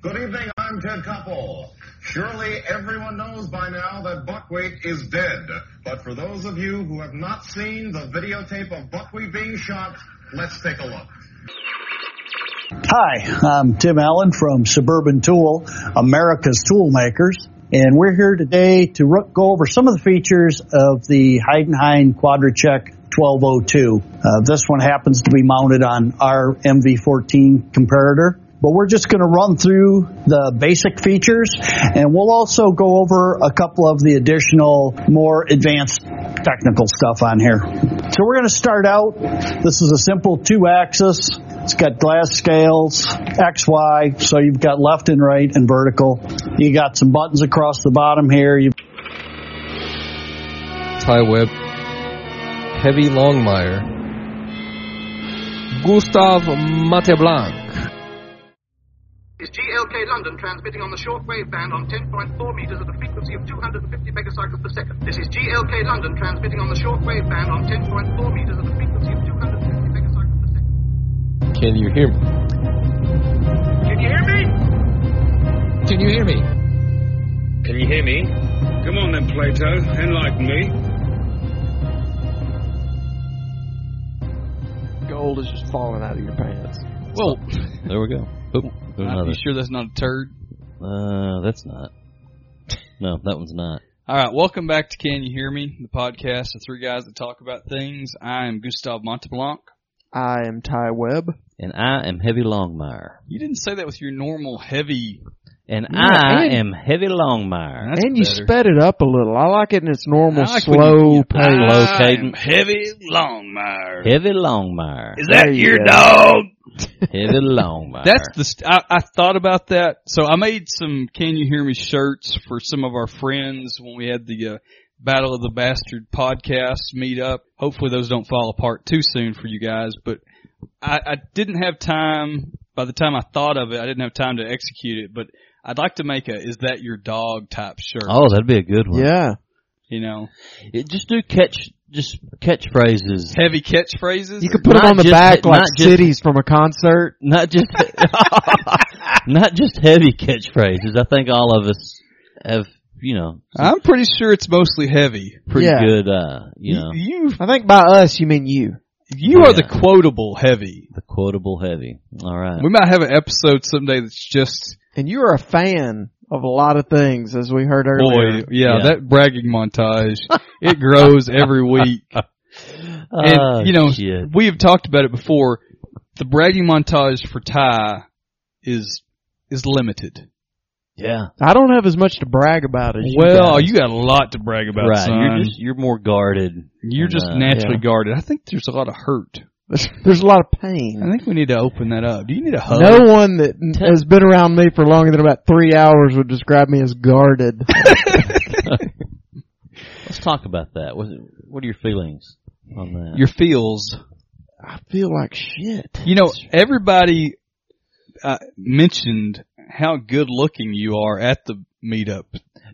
Good evening, I'm Ted Koppel. Surely everyone knows by now that Buckwheat is dead. But for those of you who have not seen the videotape of Buckwheat being shot, let's take a look. Hi, I'm Tim Allen from Suburban Tool, America's Tool Makers, and we're here today to ro- go over some of the features of the Heidenhain QuadraCheck 1202. Uh, this one happens to be mounted on our MV14 comparator. But we're just going to run through the basic features, and we'll also go over a couple of the additional, more advanced technical stuff on here. So we're going to start out. This is a simple two-axis. It's got glass scales, X, Y. So you've got left and right and vertical. You got some buttons across the bottom here. You Ty Webb, Heavy Longmire, Gustav Mateblanc, is GLK London transmitting on the shortwave band on 10.4 meters at a frequency of 250 megacycles per second. This is GLK London transmitting on the shortwave band on 10.4 meters at a frequency of 250 megacycles per second. Can you hear me? Can you hear me? Can you hear me? Can you hear me? Come on then, Plato. Enlighten me. Gold is just falling out of your pants. Well, There we go. Oop, there's are another. you sure that's not a turd? Uh, that's not. No, that one's not. All right, welcome back to Can You Hear Me, the podcast of three guys that talk about things. I am Gustav Monteblanc. I am Ty Webb. And I am Heavy Longmire. You didn't say that with your normal heavy. And Yeah, I and- am Heavy Longmire. That's and you better. sped it up a little. I like it in its normal I like when slow you- pace. Low I am cadence. heavy Longmire. Heavy Longmire. Is that There you your go. dog? Heavy Longmire. That's the. St- I, I thought about that, so I made some "Can You Hear Me" shirts for some of our friends when we had the uh, Battle of the Bastard podcast meet up. Hopefully, those don't fall apart too soon for you guys. But I, I didn't have time. By the time I thought of it, I didn't have time to execute it. But I'd like to make a "Is that your dog?" type shirt. Oh, that'd be a good one. Yeah. You know, It- just do catch, just catchphrases. heavy catchphrases. You could put it Not on the just back he- like not just- cities from a concert. Not just, not just heavy catchphrases. I think all of us have, you know, I'm pretty sure it's mostly heavy. pretty Yeah. good, uh, you know, You I think by us you mean you. you are the Yeah. quotable heavy. the quotable heavy. All right. We might have an episode someday that's just And you are a fan of a lot of things as we heard earlier. Boy, yeah, Yeah. that bragging montage, it grows every week. And, Oh, you know, shit. we have talked about it before. The bragging montage for Ty is, is limited. yeah. I don't have as much to brag about as you. Well, guys. you got a lot to brag about, Right. son. You're just, you're more guarded. You're just uh, naturally yeah. guarded. I think there's a lot of hurt. There's a lot of I pain. think we need to open that up. Do you need a hug? No one that n- has been around me for longer than about three hours would describe me as guarded. Let's talk about that. What, what are your feelings on that? Your feels. I feel like shit. You know, everybody uh, mentioned how good looking you are at the meetup.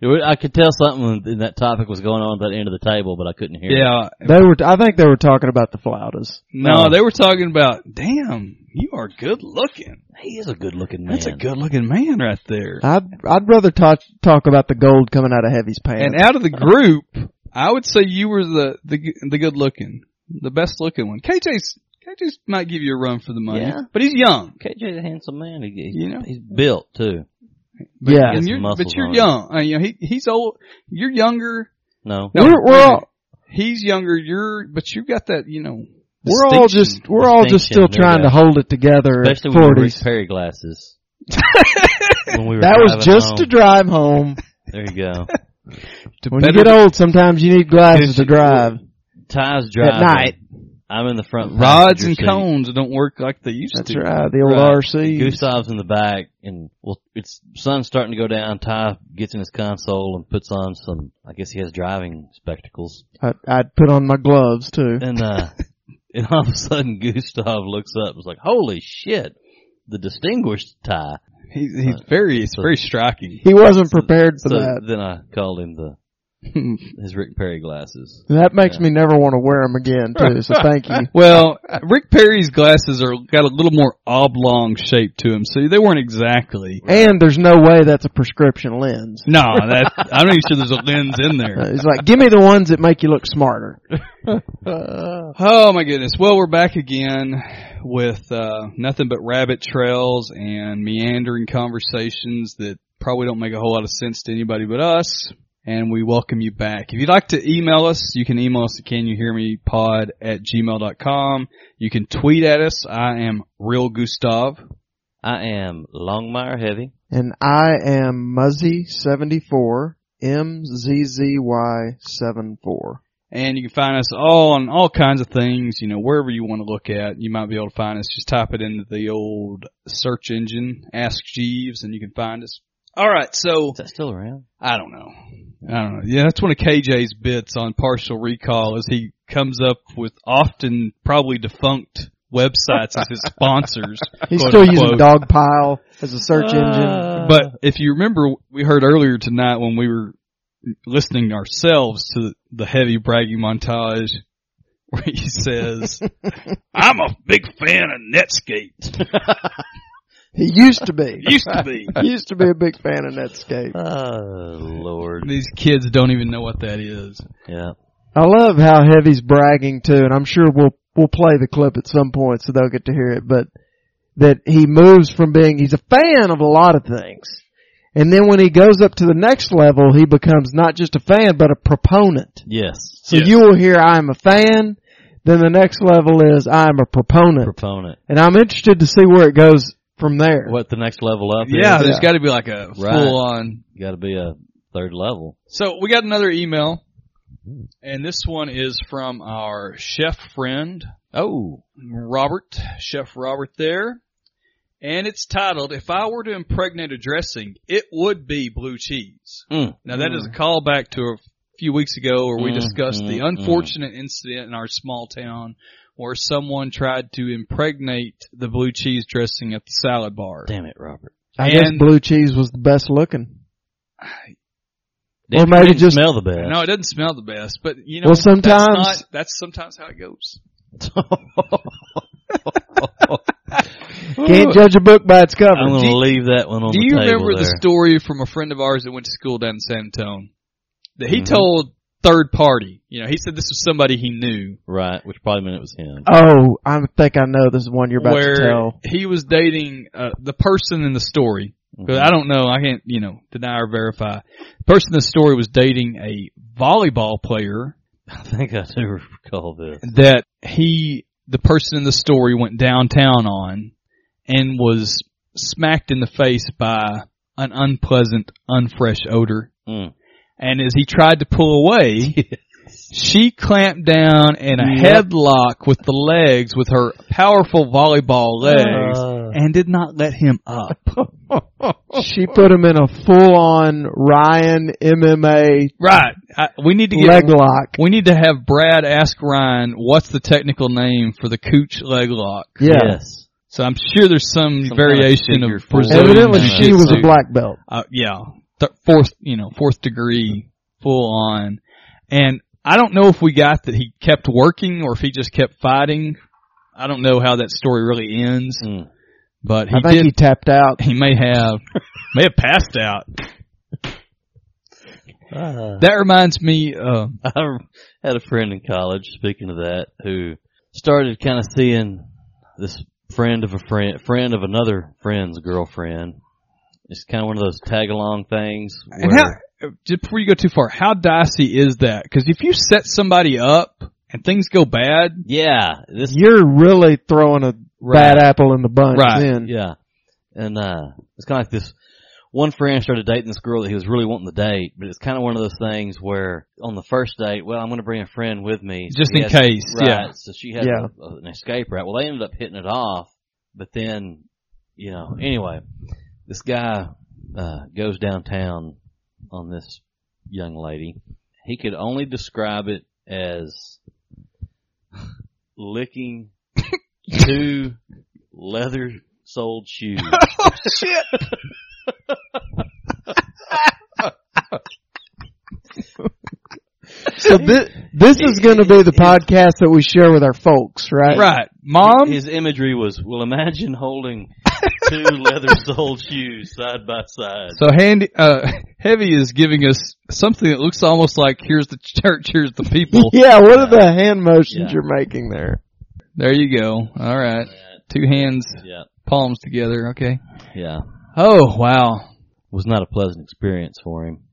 I could tell something in that topic was going on at the end of the table, but I couldn't hear. Yeah, They were. I think they were talking about the flautas. No, No. they were talking about, damn, you are good looking. it. He is a good looking man. That's a good looking man right there. I'd I'd rather talk talk about the gold coming out of Heavy's pants. And out of the group, I would say you were the the, g- the good looking, the best looking one. KJ's KJ's might give you a run for the money, Yeah. but he's young. KJ's a handsome man. He, he's, You know? he's built too. But, Yeah. and Gets you're, muscles but you're on him. young. I mean, he he's old. You're younger. No, No, We're- we're wait a all- minute. he's younger. You're but you've got that you know. we're all distinction. just we're all just distinction, still trying yeah. to hold it together. at especially when we were Forties. Rick Perry glasses. when we were That was driving just home. to drive home. There you go. to When you better- get old, sometimes you need glasses to drive. Ty's driving night. I'm in the front. rods passenger and seat. cones don't work like they used That's to. right. The old Right. RC. Gustav's in the back, and well, it's sun's starting to go down. Ty gets in his console and puts on some. I guess he has driving spectacles, I, I'd put on my gloves too. and uh, and all of a sudden Gustav looks up and is like, "Holy shit!" The distinguished Ty. He's, he's very it's very striking. He wasn't prepared for So that. then I called him the his Rick Perry glasses. And that makes me never want to wear them again, too. So thank you. Well, Rick Perry's glasses are got a little more oblong shape to them, so they weren't exactly. And there's no way that's a prescription lens. No, that I'm not even sure there's a lens in there. It's like, give me the ones that make you look smarter. Oh my goodness. Well, we're back again with uh, nothing but rabbit trails and meandering conversations that probably don't make a whole lot of sense to anybody but us. And we welcome you back. If you'd like to email us, you can email us at canyouhearmepod at gmail.com. You can tweet at us. I am real Gustav. I am Longmire Heavy. And I am Muzzy74, M-Z-Z-Y-7-4. And you can find us all on all kinds of things, you know, wherever you want to look at, you might be able to find us. Just type it into the old search engine, Ask Jeeves, and you can find us. All right, so Is that still around? I don't know. I don't know. Yeah, that's one of KJ's bits on partial recall is he comes up with often probably defunct websites as his sponsors. He's quote still unquote. using Dogpile as a Uh, search Uh, engine. But if you remember, we heard earlier tonight when we were listening ourselves to the heavy bragging montage where he says, I'm a big fan of Netscape. He used to be. Used to be. Uh. used to be a big fan of Netscape. Oh Lord. These kids don't even know what that is. Yeah. I love how Heavy's bragging too, and I'm sure we'll we'll play the clip at some point so they'll get to hear it, but that he moves from being he's a fan of a lot of things. And then when he goes up to the next level, he becomes not just a fan, but a proponent. Yes. So you will hear I'm a fan, then the next level is I'm a proponent. Proponent. and I'm interested to see where it goes from there. What the next level up Yeah, is? there's got to be like a Right. full on Got to be a third level. So we got another email, and this one is from our chef friend. Oh, Robert, Chef Robert there. And it's titled, If I Were to Impregnate a Dressing, It Would Be Blue Cheese. Mm. Now that is a callback to a few weeks ago where we Mm, discussed mm, the mm. unfortunate incident in our small town where someone tried to impregnate the blue cheese dressing at the salad bar. Damn it, Robert. I guess And- blue cheese was the best looking. Or It maybe didn't just- smell the best. No, it doesn't smell the best, but you know, Well, that's, sometimes- not, that's sometimes how it goes. Can't judge a book by its cover. I'm going Do to you- leave that one on Do the you table remember there. the story from a friend of ours that went to school down in San Antone? That he Mhm. told third party. You know, he said this was somebody he knew. Right, which probably meant it was him. Oh, I think I know this one you're about where to tell. he was dating uh, the person in the story. 'Cause I don't know, I can't, you know, deny or verify. The person in the story was dating a volleyball player I think I do recall this. that he, the person in the story, went downtown on and was smacked in the face by an unpleasant, unfresh odor. Mm. And as he tried to pull away, she clamped down in a Yep. headlock with the legs, with her powerful volleyball legs, Uh. and did not let him up. She put him in a full on Ryan MMA right. I, we need to get leg lock. We need to have Brad ask Ryan what's the technical name for the cooch leg lock. Yeah. Yes. So I'm sure there's some, Some variation kind of of figure four. Brazilian. Evidently jiu-jitsu. she was a black belt. Uh, yeah, th- fourth, you know, fourth degree, full on. And I don't know if we got that he kept working or if he just kept fighting. I don't know how that story really ends, Mm. but he I think did. he tapped out. He may have, may have passed out. That reminds me, uh, I had a friend in college, speaking of that, who started kind of seeing this friend of a friend, friend of another friend's girlfriend. It's kind of one of those tag along things. Where, and how, uh, just before you go too far, how dicey is that? Cause if you set somebody up and things go bad, yeah, this You're really throwing a bad apple in the bunch Right. then. Yeah. And uh it's kinda like this one friend started dating this girl that he was really wanting to date, but it's kinda one of those things where on the first date, well, I'm gonna bring a friend with me. So Just he in has- case, Right. yeah. So she had Yeah. a- an escape route. Well they ended up hitting it off, but then you know, anyway, this guy uh goes downtown on this young lady. He could only describe it as licking two leather soled shoes. So this, this is going to be the podcast that we share with our folks, right? Right. Mom, His imagery was, well, imagine holding two leather-soled shoes side by side. So handy, uh, heavy is giving us something that looks almost like here's the church, here's the people. Yeah. Oh, What are the hand motions Yeah. you're making there? There you go. All right, two hands, Yeah, palms together. Okay. yeah. Oh wow. Was not a pleasant experience for him.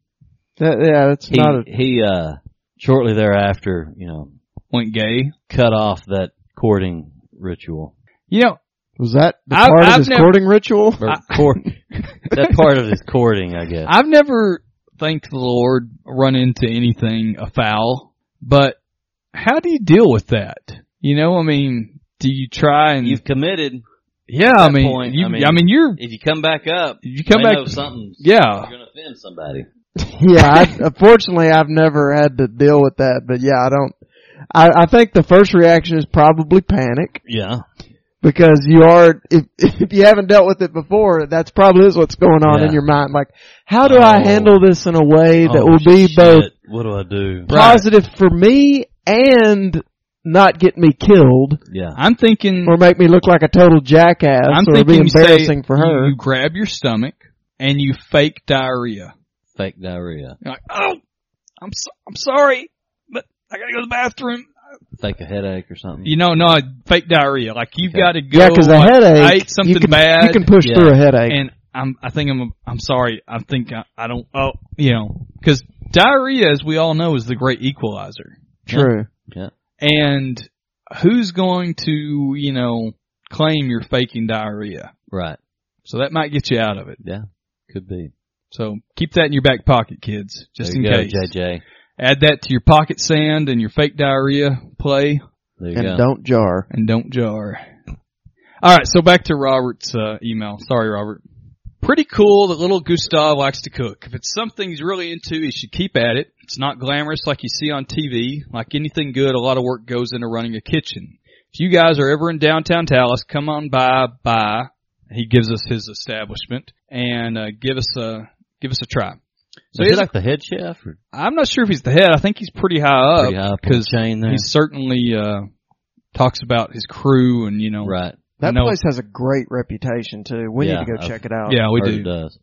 That, yeah, that's He, not a. he, uh, shortly thereafter, you know, Went gay. cut off that courting ritual. You know, Was that the I've- part I've of his never- courting ritual? Or court, that part of his courting, I guess. I've never, thank the Lord, run into anything afoul. But how do you deal with that? You know, I mean, do you try and You've committed. yeah? I mean, point, you, I I mean- mean, you're If you come back up, you come they back. know something. Yeah. You're going to offend somebody. Yeah, I, unfortunately, I've never had to deal with that, but yeah, I don't. I, I think the first reaction is probably panic Yeah. because you are if if you haven't dealt with it before, that's probably is what's going on Yeah. in your mind. Like, how do I Oh. handle this in a way that Oh, will be shit. both What do I do? Right. positive for me and not get me killed Yeah. I'm thinking or make me look like a total jackass I'm or thinking be you say embarrassing for you- her. You grab your stomach and you fake diarrhea. Fake diarrhea. You're like, oh, I'm so, I'm sorry, but I gotta go to the bathroom. Fake a headache or something. You know, no, fake diarrhea. Like you've Okay. got to go. Yeah, 'cause yeah, because a like, headache. I ate something you can, bad. You can push Yeah. through a headache. and I'm, I think I'm, I'm sorry. I think I, I don't. Oh, you know, because diarrhea, as we all know, is the great equalizer. True. And who's going to, you know, claim you're faking diarrhea? Right. So that might get you out of it. Could be. So keep that in your back pocket, kids, just there in you go, case. JJ. Add that to your pocket sand and your fake diarrhea play, There you And go. don't jar. and don't jar. All right, so back to Robert's uh, email. Sorry, Robert. Pretty cool that little Gustav likes to cook. If it's something he's really into, he should keep at it. It's not glamorous like you see on TV. Like anything good, a lot of work goes into running a kitchen. If you guys are ever in downtown Dallas, come on by, by. He gives us his establishment and uh, give us a give us a try. So Is he here's a like the head chef or I'm not sure if he's the head. I think he's pretty high pretty up high up on the because chain there? he certainly uh, talks about his crew and you know. Right. That know- place has a great reputation too. We Yeah, need to go I've- check it out. Yeah, we Heard do. It does.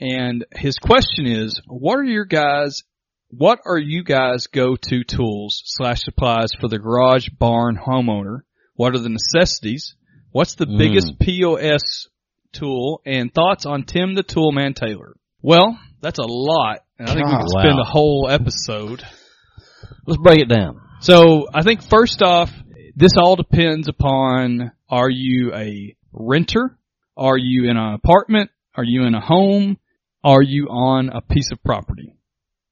And his question is, what are your guys? What are you guys go-to tools slash supplies for the garage barn homeowner? What are the necessities? What's the Mm. biggest POS tool? And thoughts on Tim the Tool Man Taylor? Well, that's a lot. And I think we God. could spend Wow. a whole episode. Let's break it down. So I think first off, this all depends upon are you a renter? Are you in an apartment? Are you in a home? Are you on a piece of property?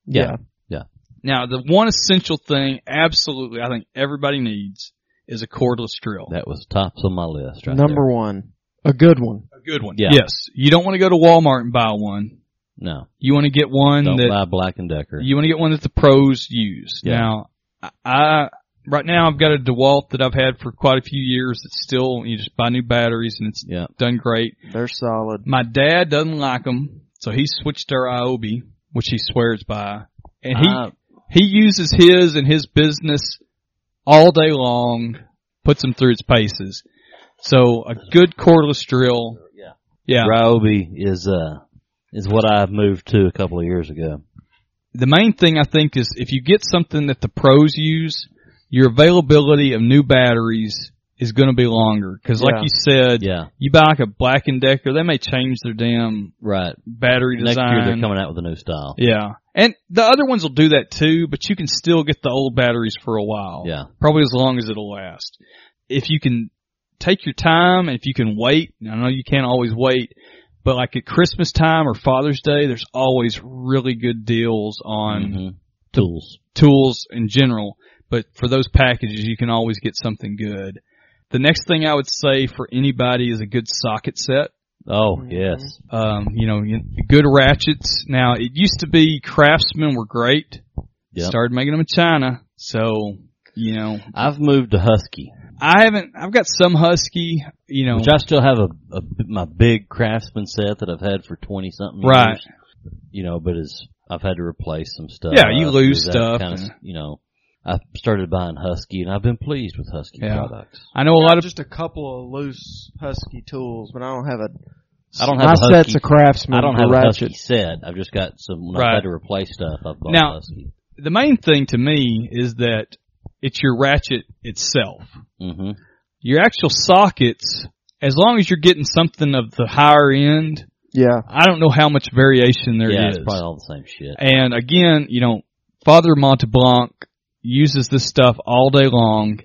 Yeah. Now the one essential thing absolutely I think everybody needs is a cordless drill. That was tops on my list. Right Number one. A good one. a good one. Yeah. Yes. You don't want to go to Walmart and buy one. there. No. You want to get one Don't that buy Black and Decker. You want to get one that the pros use. Yeah. Now, I, I right now I've got a DeWalt that I've had for quite a few years. It's still you just buy new batteries and it's yeah. done great. They're solid. My dad doesn't like them, so he switched to IOB, which he swears by, and he I- he uses his and his business all day long, puts him through its paces. So a good cordless drill. Yeah. Yeah. Ryobi is uh is what I moved to a couple of years ago. the main thing I think is if you get something that the pros use, your availability of new batteries is going to be longer. Because like Yeah. you said, Yeah, you buy like a Black and Decker, they may change their damn right. battery Next design. year they're coming out with a new style. yeah, and the other ones will do that too, but you can still get the old batteries for a while. Yeah, probably as long as it'll last. If you can take your time and if you can wait, and I know you can't always wait, but like at Christmas time or Father's Day, there's always really good deals on Mm-hmm. Mhm. tools. tools in general, but for those packages, you can always get something good. The next thing I would say for anybody is a good socket set. Oh Mm-hmm. Mhm. yes, Um, you know, you- good ratchets. Now, it used to be craftsmen were great. Yep. Started making them in China. So, you know, I've moved to Husky, I haven't, I've got some husky, you know, which I still have a, a my big Craftsman set that I've had for twenty something years. Right. You know, but it's I've had to replace some stuff. Yeah, you lose do that stuff Kind of, and- you know, I started buying Husky, and I've been pleased with Husky Yeah. products. I know a lot of just a couple of loose husky tools, but I don't have a. I don't my have a Husky. set's a craftsman. I don't have a ratchet. Husky set. I've just got some. When I've Right. had to replace stuff. I've bought Now- Husky. the main thing to me is that it's your ratchet itself. Mm-hmm. Your actual sockets, as long as you're getting something of the higher end, Yeah, I don't know how much variation there is. yeah, it's probably all the same shit. And again, you know, Father Monteblanc uses this stuff all day long,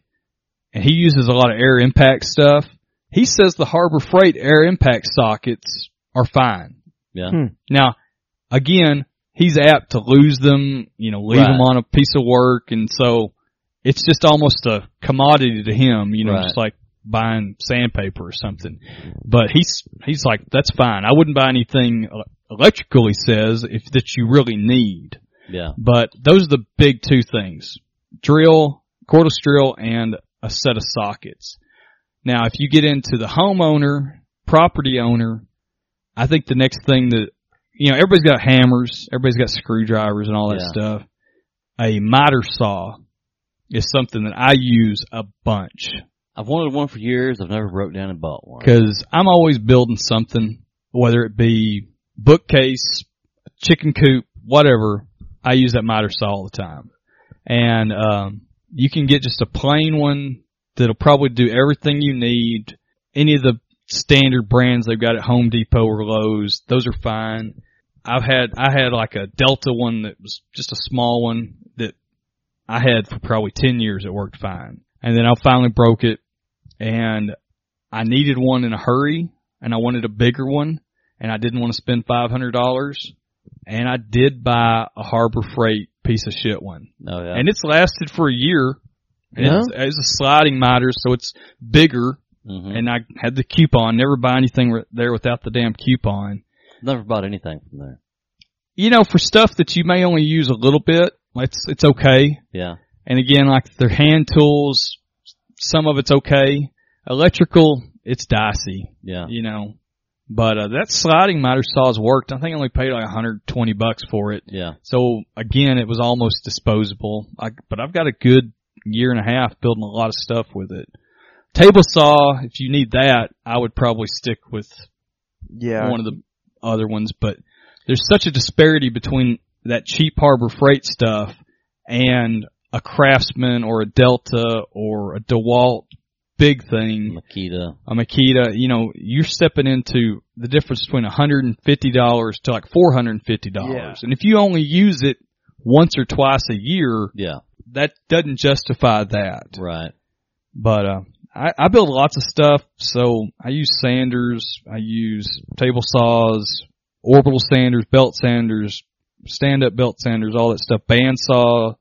and he uses a lot of air impact stuff. He says the Harbor Freight air impact sockets are fine. Yeah. Hmm. Now, again, he's apt to lose them, you know, leave Right. them on a piece of work, and so it's just almost a commodity to him, you know, Right. just like buying sandpaper or something. But he's he's like, that's fine. I wouldn't buy anything uh, electrical. He says if that you really need. Yeah. But those are the big two things: drill, cordless drill, and a set of sockets. Now, if you get into the homeowner, property owner, I think the next thing that you know, everybody's got hammers, everybody's got screwdrivers and all that Yeah. stuff. A miter saw is something that I use a bunch I've wanted one for years. I've never broke down and bought one. because I'm always building something, whether it be bookcase, chicken coop, whatever. I use that miter saw all the time, and um, you can get just a plain one that'll probably do everything you need. Any of the standard brands they've got at Home Depot or Lowe's, those are fine. I've had I had like a Delta one that was just a small one that I had for probably ten years. It worked fine, and then I finally broke it, and I needed one in a hurry and I wanted a bigger one and I didn't want to spend $500 and I did buy a Harbor Freight piece of shit one Oh yeah. and it's lasted for a year. And Yeah. It's, it's a sliding miter, so it's bigger. hmm And I had the coupon. Never buy anything ri- there without the damn coupon. never bought anything from there. You know, for stuff that you may only use a little bit, it's it's okay. Yeah. And again, like their hand tools, some of it's okay. Electrical, it's dicey. Yeah. you know. But uh, that sliding miter saw's worked. I think I only paid like 120 bucks for it. Yeah. So again, it was almost disposable. I, but I've got a good year and a half building a lot of stuff with it. Table saw, if you need that, I would probably stick with yeah. one of the other ones. But there's such a disparity between that cheap Harbor Freight stuff and a Craftsman or a Delta or a DeWalt big thing Makita. a Uh, Makita, you know, you're stepping into the difference between $150 to like $450. Yeah. And if you only use it once or twice a year, Yeah. that doesn't justify that. Right. But, uh, I, I build lots of stuff. So I use sanders. I use table saws, orbital sanders, belt sanders, stand up belt sanders, all that stuff. Bandsaw,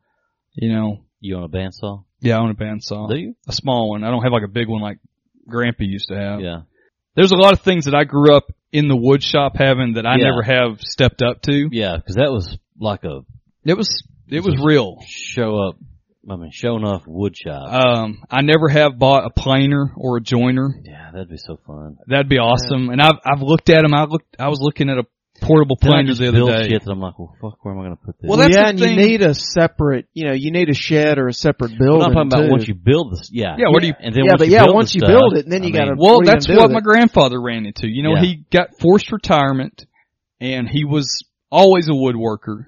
you know, You own a bandsaw? yeah, I own a bandsaw, Do you? a small one. I don't have like a big one like Grandpa used to have Yeah. there's a lot of things that I grew up in the wood shop having that I Yeah. never have stepped up to. Yeah. Because that was like a It was it was real. show up. I mean, show enough wood shop. Um, I never have bought a planer or a joiner. yeah, that'd be so fun. That'd be awesome. And I've I've looked at them. I looked I was looking at a portable Then I planer just the build other day. shit that I'm like, well, fuck, where am I going to put this? Well, that's yeah, the and thing. you need a separate, you know, you need a shed or a separate building. I'm not talking about too. once you build this. Yeah. Yeah, what do you- And then Yeah, once but you yeah, build the once you stuff, build it, then you I gotta- mean, Well, What are you that's gonna do what with my it? grandfather ran into. You know, Yeah. he got forced retirement and he was always a woodworker.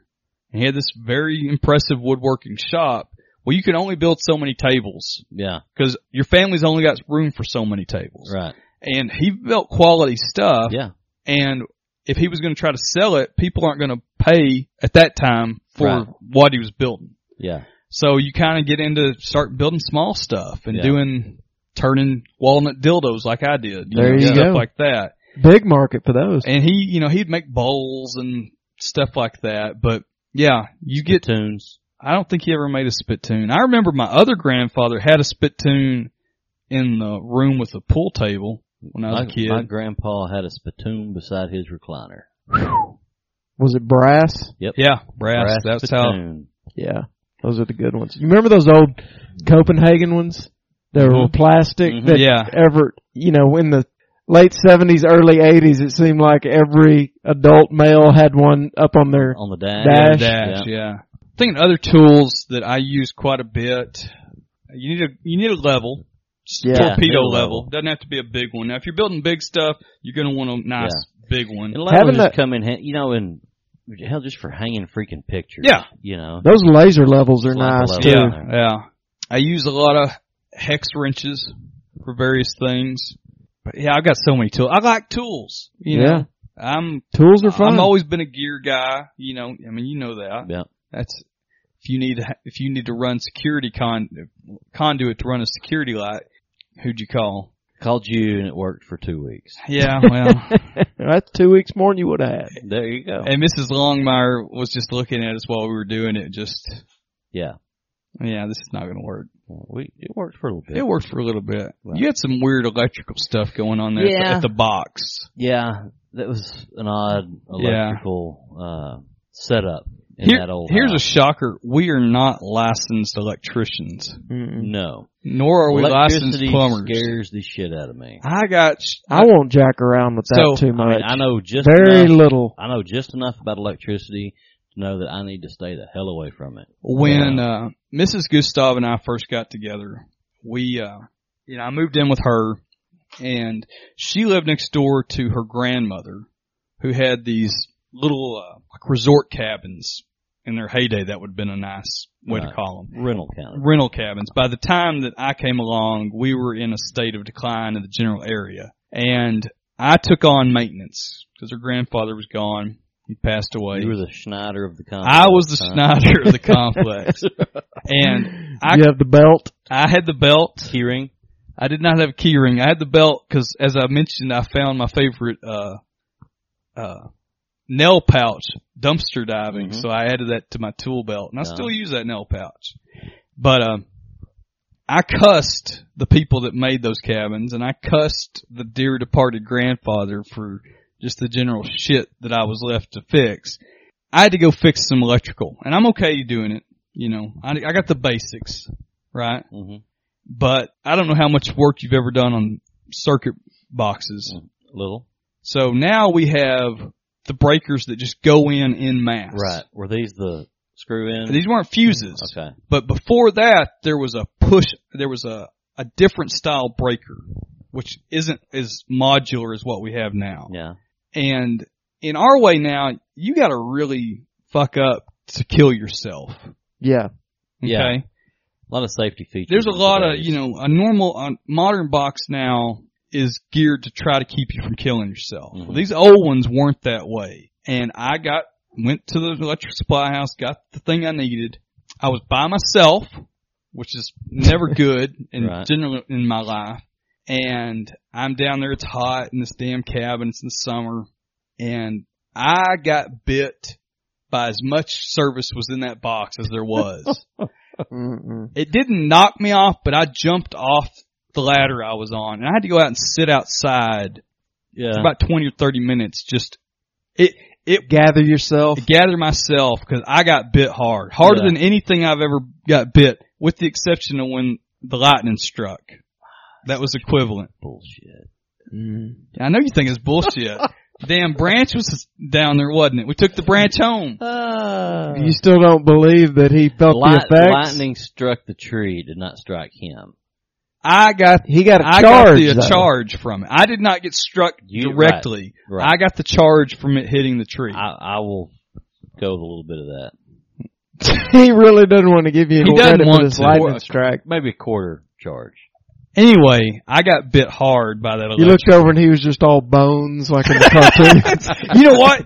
He had this very impressive woodworking shop. Well, you can only build so many tables yeah. because your family's only got room for so many tables. Right. and he built quality stuff. Yeah. And if he was going to try to sell it, people aren't going to pay at that time for Right. what he was building. Yeah. So you kind of get into start building small stuff and Yeah. doing turning walnut dildos like I did, you There know, you go. stuff like that. Big market for those. And he, you know, he'd make bowls and stuff like that. But yeah, you get tunes. I don't think he ever made a spittoon. I remember my other grandfather had a spittoon in the room with a pool table when I was a My, kid. my grandpa had a spittoon beside his recliner. Was it brass? Yeah, brass. Brass that's how. spittoon. Yeah, those are the good ones. You remember those old Copenhagen ones? They were Mhm. plastic. Mhm. That Yeah. ever you know when the late seventies, early eighties, it seemed like every adult male had one up on their. on the dash. Dash. Dash, yeah. Thinking other tools that I use quite a bit. You need a you need a level, Just Yeah, torpedo middle level. level. Doesn't have to be a big one. Now, if you're building big stuff, you're gonna want a nice big one. And level Having just that- come in, hand- you know, and hell, just for hanging freaking pictures. Yeah. You know. Those laser levels are Level nice levels. too. Yeah, yeah. I use a lot of hex wrenches for various things. But yeah, I've got so many tools. I like tools. You Yeah. know, Uh, I'm Tools are fun. I've always been a gear guy. You know, I mean, you know that. Yeah. That's if you need if you need to run security con conduit to run a security light, who'd you call? Called you and it worked for two weeks. Yeah, well, That's two weeks more than you would have had. There you go. and Mrs. Longmire was just looking at us while we were doing it. Just Yeah. yeah, this is not going to work. We, it worked for a little bit. It worked for a little bit. Right. You had some weird electrical stuff going on there at the- Yeah. at the box. Yeah. That was an odd Yeah. electrical, uh, setup in Here- that old here's a house. shocker: we are not licensed electricians, Mm-mm. no. nor are we licensed Electricity plumbers. scares the shit out of me. I got sh- I won't jack around with that So, too I, much. mean, I know just Very enough, little. I know just enough about electricity to know that I need to stay the hell away from it. when uh, Mrs. Gustav and I first got together, we, uh, you know, I moved in with her, and she lived next door to her grandmother, who had these little uh, like resort cabins. In their heyday, that would have been a nice way to Right. call them Rental counter. rental cabins. By the time that I came along, we were in a state of decline in the general area, and I took on maintenance because her grandfather was gone. He passed away. You were the Schneider of the company. Oh, I was the huh? Snyder of the complex, and I you have the belt. I had the belt. Keyring. I did not have a key ring. I had the belt because, as I mentioned, I found my favorite uh, uh, nail pouch dumpster diving. Mhm. So I added that to my tool belt, and I Yeah. still use that nail pouch. But um, I cussed the people that made those cabins, and I cussed the dear departed grandfather for just the general shit that I was left to fix. I had to go fix some electrical, and I'm okay doing it. You know, I, I got the basics right hmm but I don't know how much work you've ever done on circuit boxes. Mm, Little. So now we have the breakers that just go in in mass. Right. Were these the screw in? These weren't fuses, okay. but before that there was a push. There was a a different style breaker, which isn't as modular as what we have now. Yeah. And in our way now, you got to really fuck up to kill yourself. Yeah. Okay. Yeah. A lot of safety features. There's a in lot of, today's- you know, a normal, a modern box now is geared to try to keep you from killing yourself. Mhm. These old ones weren't that way. And I got, went to the electric supply house, got the thing I needed. I was by myself, which is never good in Right. general in my life. And I'm down there, it's hot in this damn cabin, it's in the summer. And I got bit by as much service was in that box as there was. Mm-mm. It didn't knock me off, but I jumped off the ladder I was on, and I had to go out and sit outside Yeah. for about twenty or thirty minutes. Just it it Gather yourself. to gather myself because I got bit hard, harder Yeah. than anything I've ever got bit, with the exception of when the lightning struck. That was equivalent. Bullshit. I know you think it's bullshit. Damn branch was down there, wasn't it? We took the branch home. You still don't believe that he felt Light, the effects? Uh. lightning struck the tree, did not strike him. I got He got a I got charge. the though. charge from it. I did not get struck You- right. directly. I Right. got the charge from it hitting the tree. I, I will go with a little bit of that. He really doesn't want to give you He doesn't credit want for this to. lightning strike. Maybe a quarter charge. anyway, I got bit hard by that. You Electric. looked over and he was just all bones, like in the cartoons. You know what?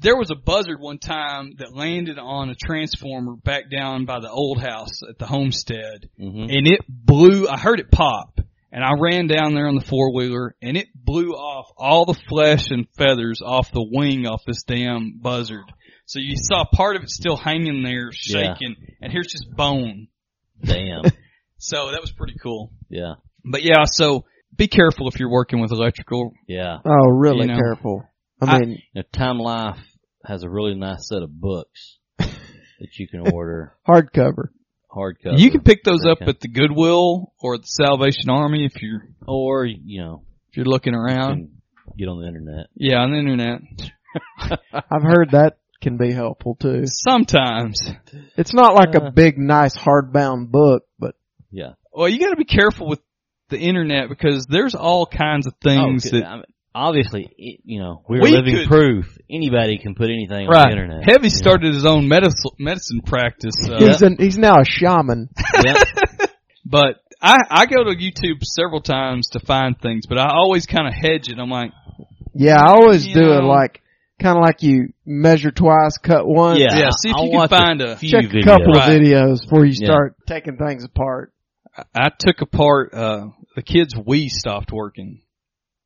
There was a buzzard one time that landed on a transformer back down by the old house at the homestead, hmm and it blew. I heard it pop, and I ran down there on the four wheeler, and it blew off all the flesh and feathers off the wing off this damn buzzard. So you saw part of it still hanging there, Yeah. shaking, and here's just bone. Damn. So that was pretty cool. yeah. But yeah, so be careful if you're working with electrical. Yeah. oh, really You know. careful. I mean, Now, Time Life has a really nice set of books that you can order hardcover. hardcover. You can pick those up Okay. at the Goodwill or the Salvation Army if you're or you know If you're looking around, Can get on the internet. yeah, on the internet. I've heard that can be helpful too. Sometimes, It's not like Uh. a big, nice, hardbound book, but Yeah. well, you got to be careful with the internet because there's all kinds of things Oh, good. that I mean, obviously, it, you know, we're We living could- proof. Anybody can put anything on right. the internet. Heavy you know. started his own medicine medicine practice. Uh, he's an, he's now a shaman. Yeah. But I, I go to YouTube several times to find things, but I always kind of hedge it. I'm like, Yeah, I always You do it know. like kind of like you measure twice, cut once. Yeah. Yeah, see if I'll you can watch find a- few check a videos. couple Right. of videos before you Yeah. start taking things apart. I- I took apart uh, the kid's Wii stopped working,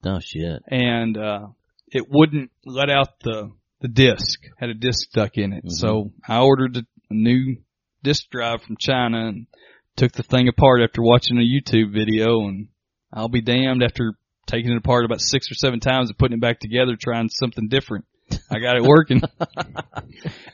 Oh shit. and uh, it wouldn't let out the the disc. Had a disc stuck in it, Mhm. so I ordered a new disc drive from China and took the thing apart after watching a YouTube video. And I'll be damned after taking it apart about six or seven times and putting it back together, trying something different. I got it working,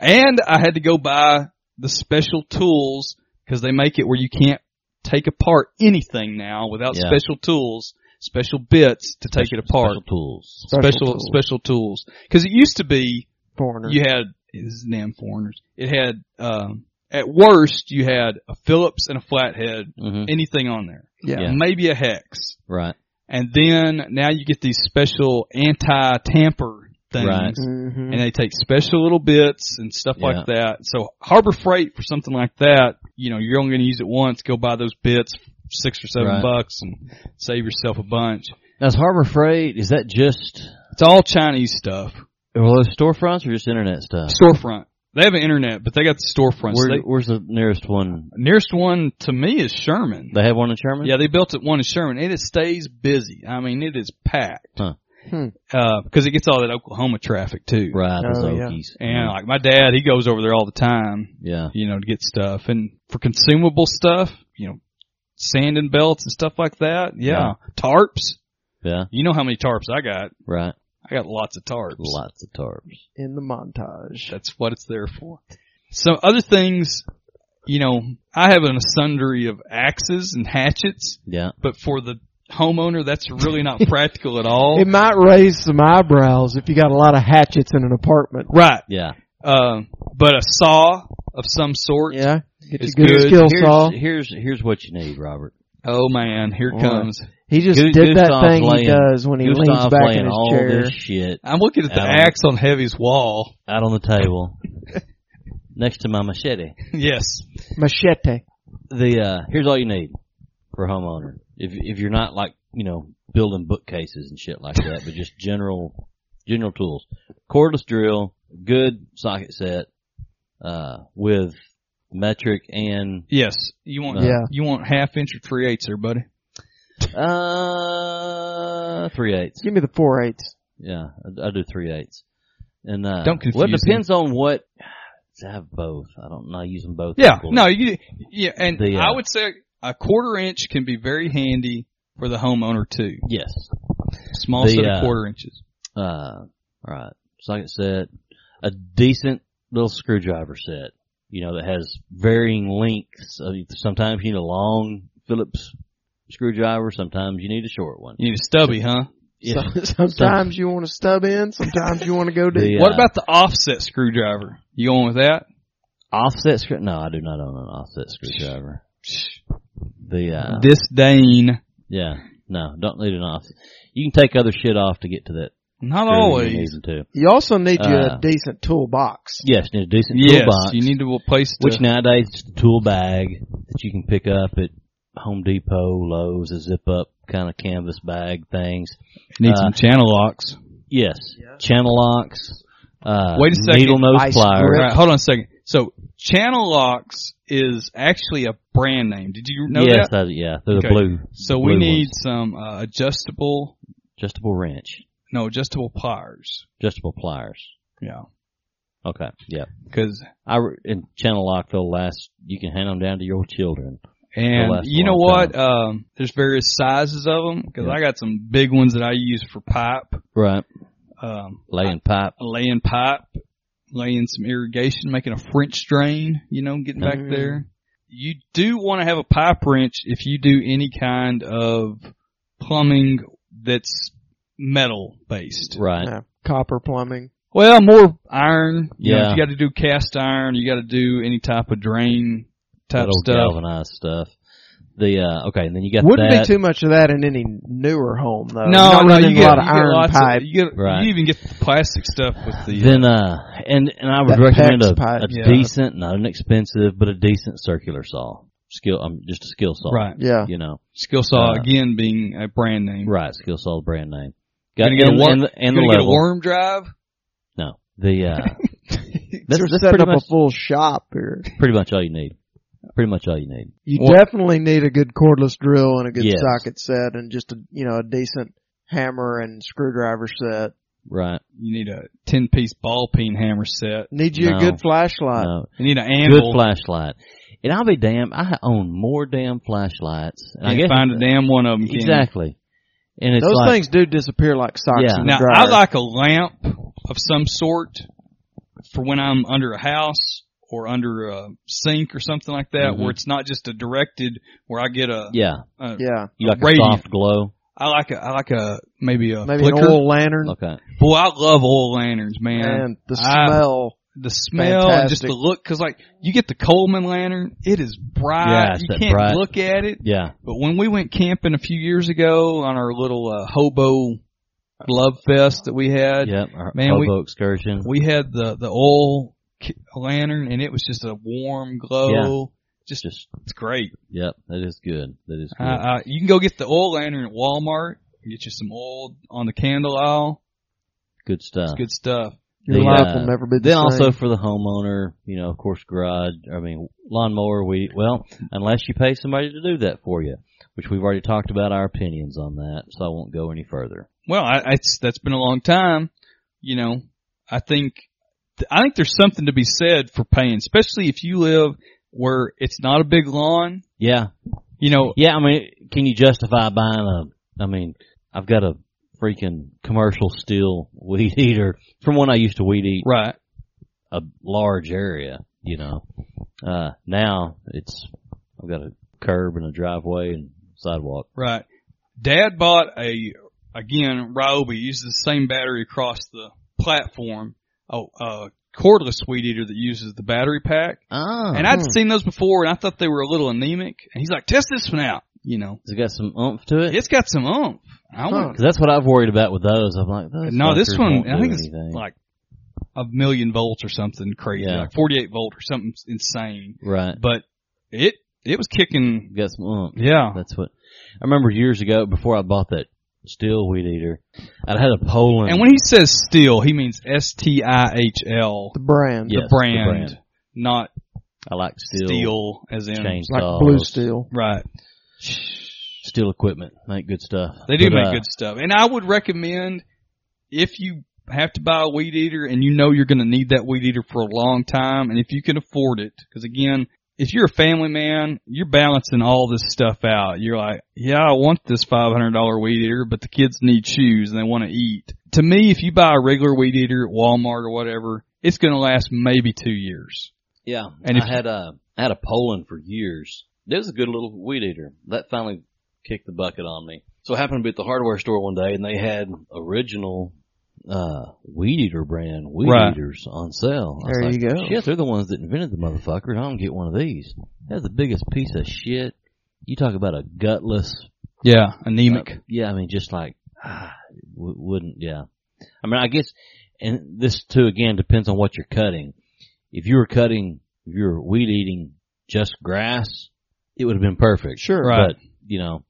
and I had to go buy the special tools because they make it where you can't take apart anything now without Yeah. special tools, special bits to take it apart. Special tools. Special Special tools. special tools because it used to be Foreigner. you had this is damn foreigners. It had um, at worst you had a Phillips and a flathead, hmm anything on there, Mm-hmm. Yeah. Yeah. maybe a hex, Right. and then now you get these special anti-tamper things. Right. Mhm. And they take special little bits and stuff like that. So Harbor Freight for something like that, you know, you're only going to use it once. Go buy those bits, six or seven Right. bucks, and save yourself a bunch. Now, is Harbor Freight, is that just, It's all Chinese stuff. are those storefronts or just internet stuff? Storefront. They have an internet, but they got the storefront. Where, where's the nearest one? nearest one to me is Sherman. They have one in Sherman? Yeah, they built it one in Sherman, and it stays busy. I mean, it is packed. Huh. Hmm. because it gets all that Oklahoma traffic too. Right, those Oh, yeah. Okies. And like my dad, he goes over there all the time, yeah. you know, to get stuff and for consumable stuff, you know, sand and belts and stuff like that. Yeah. Tarps. Yeah. You know how many tarps I got? Right. I got lots of tarps. Lots of tarps. in the montage. That's what it's there for. Some other things, you know, I have an sundry of axes and hatchets, Yeah. but for the homeowner, that's really not practical at all. It might raise some eyebrows if you got a lot of hatchets in an apartment. Right. Yeah. Um, but a saw of some sort. Yeah, get It's your good, good. skill saw. Here's, here's, here's what you need, Robert. Oh man, here it All comes. He just Gu- did that Gustav's thing laying- he does when he leans Gustav back laying in his all chair. this shit I'm looking at the Adam. axe on Heavy's wall. out on the table next to my machete. yes. Machete. the uh here's all you need for a homeowner. If if you're not like, you know, building bookcases and shit like that, but just general general tools. Cordless drill, good socket set, uh with metric and Yes. You want Yeah. you want half inch or three eighths there, buddy. uh three eighths. Give me the four eights. Yeah, I, I do three eighths. And uh Don't confuse well, me. it depends on what I have both. I don't know, I use them both. Yeah. equally. No, you yeah, and The, uh, I would say a quarter inch can be very handy for the homeowner too. Yes. Small The, set of uh, quarter inches. Uh, alright. Socket set. A decent little screwdriver set. You know, that has varying lengths. I mean, Sometimes you need a long Phillips screwdriver. Sometimes you need a short one. You need a stubby, huh? Yeah. So- sometimes you want to stub in. Sometimes you want to go deep. The, What uh, about the offset screwdriver? You going with that? offset screw? No, I do not own an offset screwdriver. The, uh, Disdain. yeah. No, don't need an offset. You can take other shit off to get to that. Not screw if you always. Need them to. You also need you a Uh, decent toolbox. Yes, you need a decent Yes, toolbox. you need to place to, Which nowadays is a tool bag that you can pick up at Home Depot, Lowe's, a zip up kind of canvas bag things. need uh, some channel locks. Yes. Channel locks. Uh, Wait a second. Needle nose Ice pliers. All grip. right, hold on a second. So channel locks is actually a brand name. Did you know yes, that? that- yeah. They're Okay. the blue. So we blue need ones. some uh, adjustable, adjustable wrench, no adjustable pliers. adjustable pliers. Yeah, Okay. Yeah. because I re- and channel lock they'll last. You can hand them down to your children. and last a you know long what? Um, there's various sizes of them. Because Yeah. I got some big ones that I use for pipe, Right. um, Laying pipe. laying pipe, laying some irrigation, making a French drain, you know, getting back Mm-hmm. Mhm. there. You do want to have a pipe wrench if you do any kind of plumbing that's metal based. Right. Yeah. Copper plumbing. Well, more iron. You know, Yeah. if you got to do cast iron, you got to do any type of drain type That old stuff. galvanized stuff. The uh, okay, and then you got Wouldn't that. be too much of that in any newer home though. No, You're no, not you running get a lot of you get iron lots pipe. you get Right. you even get the plastic stuff with the then uh, and and I would That recommend PEX a, pipe, a yeah. decent, not an expensive, but a decent circular saw. Skill, I'm just a skill saw. right yeah. You know, skill saw Uh, again being a brand name. right? Skill saw, brand name. Gonna get a and, worm- and, the- and You the gonna get a level. worm drive. No, the uh, that's, You're that's setting pretty up much a full shop here. pretty much all you need. Pretty much all you need. You Well- definitely need a good cordless drill and a good Yes. socket set and just a you know a decent hammer and screwdriver set. Right. You need a ten piece ball peen hammer set. Need you No. a good flashlight. No, You need an good anvil. flashlight. And I'll be damned, I own more damn flashlights. And I Can't guess find a damn one of them. exactly. And it's Those like, things do disappear like socks Yeah. in the Now dryer. I like a lamp of some sort for when I'm under a house or under a sink or something like that, Mhm. where it's not just a directed where I get a. yeah, a yeah, you like a Radiant. soft glow. I like a I like a maybe a maybe flicker. an oil lantern. Okay. Boy, I love oil lanterns, man. Man, the I- smell. The smell and just Fantastic. the look, because like you get the Coleman lantern, it is Yeah, bright. it's you that can't bright- look at it. Yeah. But when we went camping a few years ago on our little uh, hobo love fest that we had, Yep. Our Man, we- hobo excursion. we had the the oil ki- lantern and it was just a warm glow. Yeah. Just, Just- it's great. yep. That is good. That is good. Uh, uh, you can go get the oil lantern at Walmart. Get you some oil on the candle aisle. good stuff. It's good stuff. Your the, life uh, will never be the Then also same. for the homeowner, you know, of course, garage. I mean, lawnmower. We well, unless you pay somebody to do that for you, which we've already talked about our opinions on that, so I won't go any further. Well, I, I- it's that's been a long time. You know, I think I think there's something to be said for paying, especially if you live where it's not a big lawn. Yeah, You know, Yeah, I mean, can you justify buying a? I mean, I've got a freaking commercial steel weed eater from when I used to weed eat right? a large area. You know, uh, now it's I've got a curb and a driveway and sidewalk. Right. Dad bought a again Ryobi uses the same battery across the platform. A, a cordless weed eater that uses the battery pack. Ah, And I'd seen those before, and I thought they were a little anemic. And he's like, "Test this one out." You know, it's got some oomph to it. it's got some oomph. I want. Because that's what I've worried about with those. I'm like, those No, this fuckers one won't I do think it's anything. like a million volts or something crazy, Yeah. like 48 volt or something insane. right. But it it was kicking. Got some oomph. Yeah. That's what I remember years ago before I bought that steel weed eater. I'd had a Poland. And when he says steel, he means S T I H L. the brand, Yeah. the Yes, the brand, brand. not I like steel, steel, as in chainsaws, like blue steel. right. steel equipment. Make good stuff. They do But, make uh, good stuff, and I would recommend if you have to buy a weed eater and you know you're going to need that weed eater for a long time, and if you can afford it, because again. If you're a family man, you're balancing all this stuff out. You're like, yeah, I want this $500 weed eater, but the kids need shoes and they want to eat. To me, if you buy a regular weed eater at Walmart or whatever, it's going to last maybe two years. Yeah, And and if- I had a I had a Poland for years. There was a good little weed eater that finally kicked the bucket on me. So I happened to be at the hardware store one day, and they had original uh weed eater brand weed Right. eaters on sale. I was There you like, go. Shit, they're the ones that invented the motherfucker. I don't get one of these. That's the biggest piece of shit. You talk about a gutless Yeah, anemic. Uh, yeah, I mean, just like ah, w- wouldn't. Yeah, I mean, I guess, and this too again depends on what you're cutting. If you were cutting, if you were weed eating just grass, it would have been perfect. Sure. Right. but you know,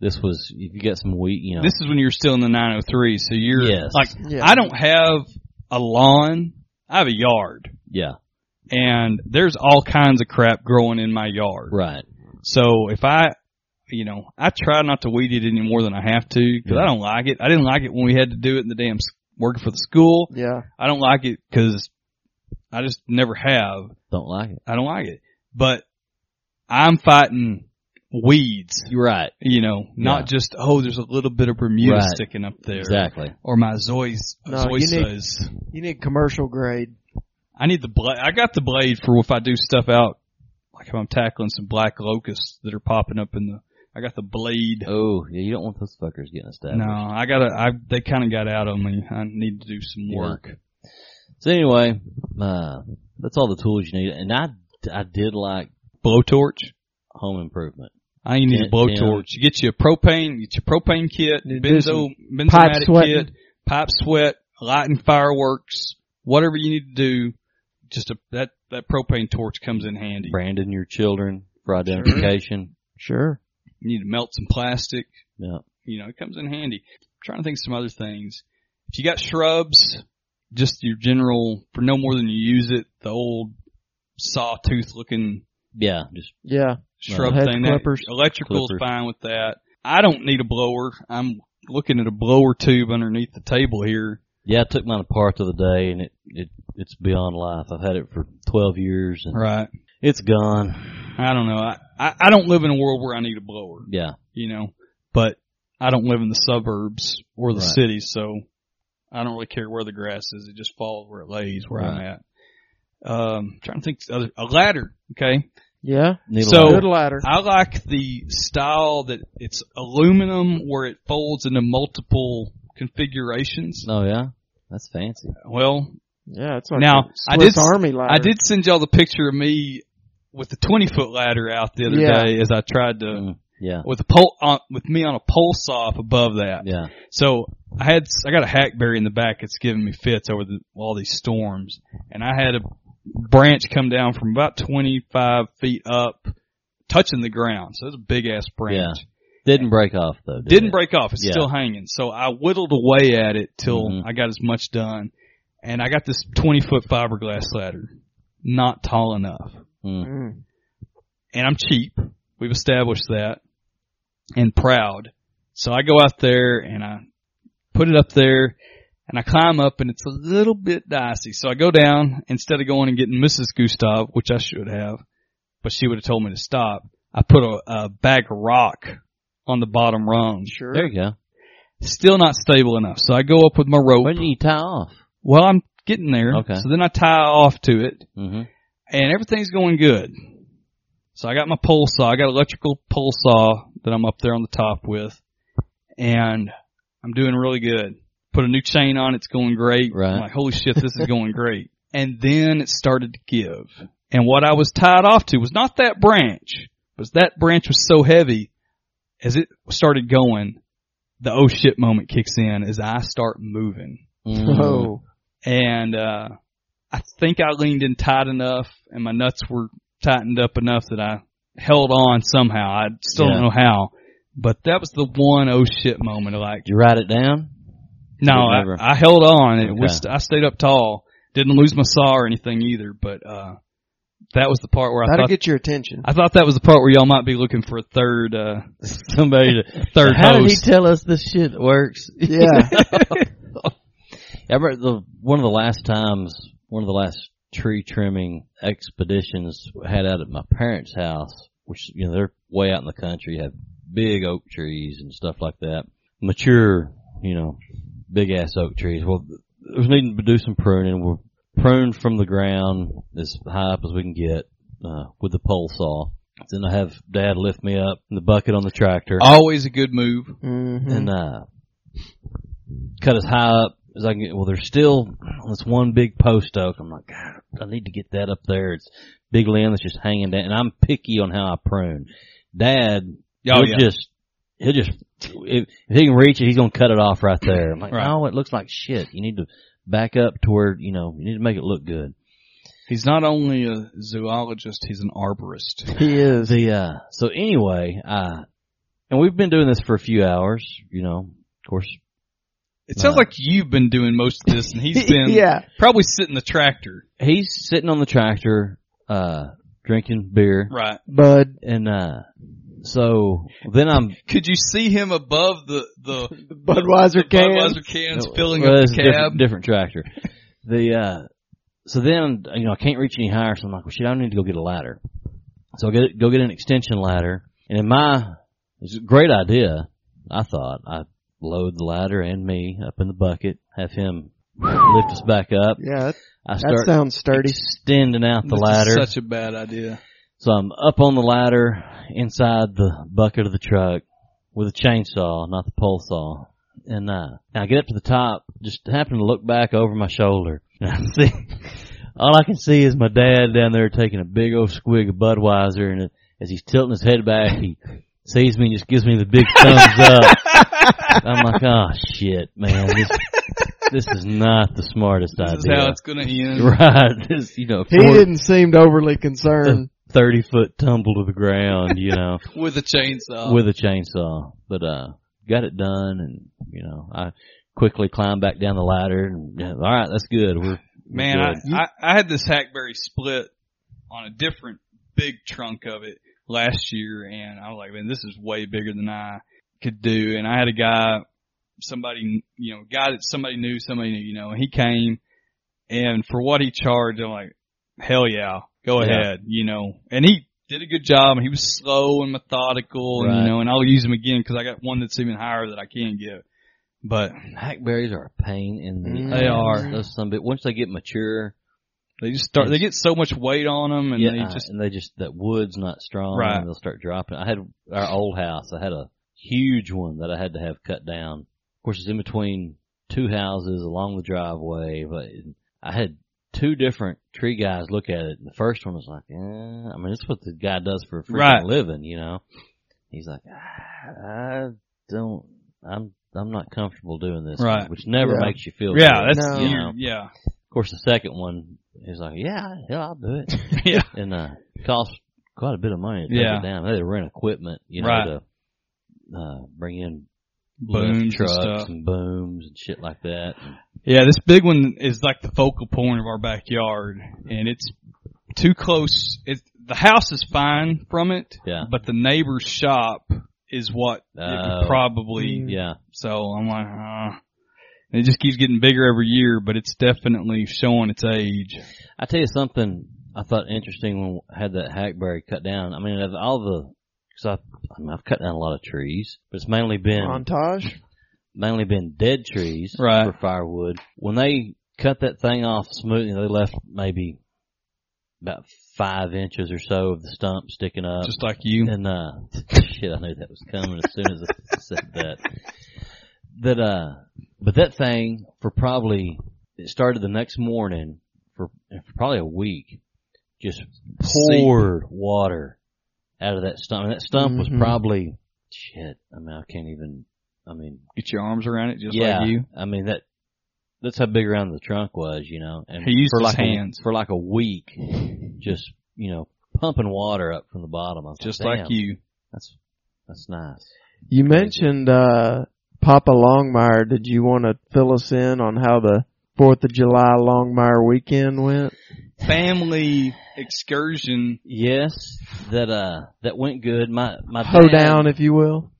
this was if you got some wheat, you know, This is when you're still in the 903, so you're Yes. like Yeah. I don't have a lawn. I have a yard, yeah, and there's all kinds of crap growing in my yard. right, So if I, you know, I try not to weed it any more than I have to because I Yeah. don't like it. I didn't like it when we had to do it in the damn s- working for the school. Yeah, I don't like it because I just never have. don't like it. I don't like it, but I'm fighting weeds. You're right, You know, not Yeah. just oh, there's a little bit of Bermuda Right. sticking up there exactly. or my Zoys. No, you need- Zoyces. you need commercial grade. I need the blade. I got the blade for if I do stuff out, like if I'm tackling some black locusts that are popping up in the I got the blade. Oh, yeah, you don't want those fuckers getting established. No, I gotta. I they kind of got out on me. I need to do some Yeah. work. So anyway, uh, that's all the tools you need. And I, I did like Blowtorch. home improvement. I ain't need a Ten- blowtorch. You get you a propane, get your propane kit, You do benzo, pipe benzomatic sweating. kit, pipe sweat, lighting fireworks, whatever you need to do. Just a, that that propane torch comes in handy. Branding your children for identification. Sure. You need to melt some plastic. Yeah. You know, it comes in handy. I'm trying to think of some other things. If you got shrubs, just your general for no more than you use it, the old sawtooth looking Yeah. Just Yeah. shrub Hedge thing. That, clippers. electrical's Clippers. fine with that. I don't need a blower. I'm looking at a blower tube underneath the table here. yeah. I took mine apart the other day, and it it it's beyond life. I've had it for twelve years, and Right. it's gone. I don't know. I, I, I don't live in a world where I need a blower, Yeah. you know, but I don't live in the suburbs or the Right. city, so I don't really care where the grass is. It just falls where it lays where I'm at. Um, trying to think of other, a ladder. Okay. Yeah. Needle So- in Good it. ladder. I like the style that it's aluminum where it folds into multiple configurations. oh yeah, that's fancy. Well, Yeah, it's like Now, a I did Swiss s- Army ladder. I did send y'all the picture of me with the 20 foot ladder out the other Yeah. day as I tried to, Mm, yeah. with a pole, on, with me on a pole saw up above that. Yeah. So I had, I got a hackberry in the back. It's giving me fits over the, all these storms. And I had a branch come down from about 25 feet up, touching the ground. So it's a big ass branch. Didn't break off though. Did Didn't it? break off. It's Yeah. still hanging. So I whittled away at it till Mhm. I got as much done. And I got this 20 foot fiberglass ladder. Not tall enough. Mm, Mm. And I'm cheap. We've established that. And proud. So I go out there and I put it up there and I climb up and it's a little bit dicey. So I go down instead of going and getting Mrs. Gustav, which I should have, but she would have told me to stop. I put a, a bag of rock on the bottom rung Sure. There you go. still not stable enough. So I go up with my rope. Why didn't you tie off? Well, I'm getting there. Okay. So then I tie off to it hmm and everything's going good. So I got my pole saw, I got electrical pole saw that I'm up there on the top with and I'm doing really good. Put a new chain on, it's going great. Right. I'm like, holy shit, this is going great. And then it started to give. And what I was tied off to was not that branch, but that branch was so heavy as it started going, the oh shit moment kicks in as I start moving Mm. Oh. and uh I think I leaned in tight enough and my nuts were tightened up enough that I held on somehow. I still Yeah. don't know how. But that was the one oh shit moment. Like Did you write it down? no, Good I, number. I held on and it was, Okay. I stayed up tall. Didn't lose my saw or anything either. But uh that was the part where I That'll thought get your attention. I thought that was the part where y'all might be looking for a third uh Somebody to, Third How did he host. tell us this shit works? Yeah. I remember the one of the last times, one of the last tree trimming expeditions I had out at my parents' house, which you know they're way out in the country, have big oak trees and stuff like that, mature, you know, big ass oak trees. Well, th- it was needing to do some pruning. We're pruned from the ground as high up as we can get uh, with the pole saw. Then I have Dad lift me up in the bucket on the tractor always a good move. Mhm. Mm. and uh, cut as high up as I can get. Well, there's still this one big post oak. I'm like, God, I need to get that up there. It's big limb that's just hanging down, and I'm picky on how I prune. Dad, Oh, he'll yeah. just he'll just if, if he can reach it, he's gonna cut it off right there. I'm like, Right. no, it looks like shit. You need to back up to where you know you need to make it look good. He's not only a zoologist, he's an arborist. He is. The, uh, so anyway, uh, and we've been doing this for a few hours. You know, of course, It sounds Nah. like you've been doing most of this and he's been yeah. probably sitting the tractor. he's sitting on the tractor, uh, drinking beer, Right. Bud. and uh, so then I'm Could you see him above the the Budweiser can. Budweiser cans filling Well, up it's the a cab? different, different tractor. The uh, so then you know I can't reach any higher, so I'm like, well, shit, I need to go get a ladder. So I get go get an extension ladder, and in my it's a great idea, I thought I load the ladder and me up in the bucket, have him lift us back up. Yeah, that, I that start sounds sturdy. extending out This the is ladder. Such a bad idea. So I'm up on the ladder inside the bucket of the truck with a chainsaw, not the pole saw. And uh, I get up to the top, just happen to look back over my shoulder, and I see all I can see is my dad down there taking a big old squig of Budweiser, and as he's tilting his head back, he sees me and just gives me the big thumbs up. I'm like, oh shit, man, this this is not the smartest This idea. is how it's going to end. right? This, you know, He four- didn't seem overly concerned. 30 foot tumble to the ground, you know, With a chainsaw. with a chainsaw. But, uh, got it done and, you know, I quickly climbed back down the ladder and, yeah, all right, that's good. We're, we're Man, good. I, I, I had this hackberry split on a different big trunk of it last year, and I was like, man, this is way bigger than I could do. And I had a guy, somebody, you know, a guy that somebody knew, somebody knew, you know, and he came, and for what he charged, I'm like, hell yeah, go Yeah. ahead, you know. And he did a good job, and he was slow and methodical, and, Right. you know, and I'll use him again because I got one that's even higher that I can get. But hackberries are a pain in the Mm. They ass. are. Those some bit, once they get mature, they just start, they get so much weight on them, and yeah, uh, they just, and they just, that wood's not strong Right. and they'll start dropping. I had our old house, I had a huge one that I had to have cut down. Of course, it's in between two houses along the driveway, but I had two different tree guys look at it. And the first one was like, eh, I mean, that's what the guy does for a freaking Right. living, you know? He's like, "Ah, I don't, I'm, I'm not comfortable doing this, Right. which never Yeah. makes you feel yeah, good, that's, No. you you- know? yeah. Of course, the second one is like, yeah, hell, I'll do it. yeah. and uh cost quite a bit of money to take Yeah. it down. They had to rent equipment, you know, Right. to uh bring in lift Booms and trucks stuff. Mm-hmm. booms and shit like that. And Yeah, this big one is like the focal point of our backyard, and it's too close. It, the house is fine from it, Yeah. but the neighbor's shop is what it Oh. could probably. yeah. So I'm like, uh, and it just keeps getting bigger every year, but it's definitely showing its age. I tell you something I thought interesting when I had that hackberry cut down. I mean, of all the because I, I mean, I've cut down a lot of trees, but it's mainly been Montage. mainly been dead trees Right. for firewood. When they cut that thing off smoothly, they left maybe about five inches or so of the stump sticking up. Just like you. Oh. And uh shit, I knew that was coming as soon as I said that. That uh but that thing for probably it started the next morning for, for probably a week. Just poured water out of that stump. And that stump was Mm-hmm. Mhm. probably shit, I mean I can't even I mean Get your arms around it, just yeah, like you. I mean that that's how big around the trunk was, you know. And He used for his like hands. A, for like a week just, you know, pumping water up from the bottom. I was Just like like "Damn." you. That's that's nice. You mentioned uh, Papa Longmire. Did you want to fill us in on how the Fourth of July Longmire weekend went? Family excursion. Yes, that uh that went good. My my dad, Hoedown, if you will.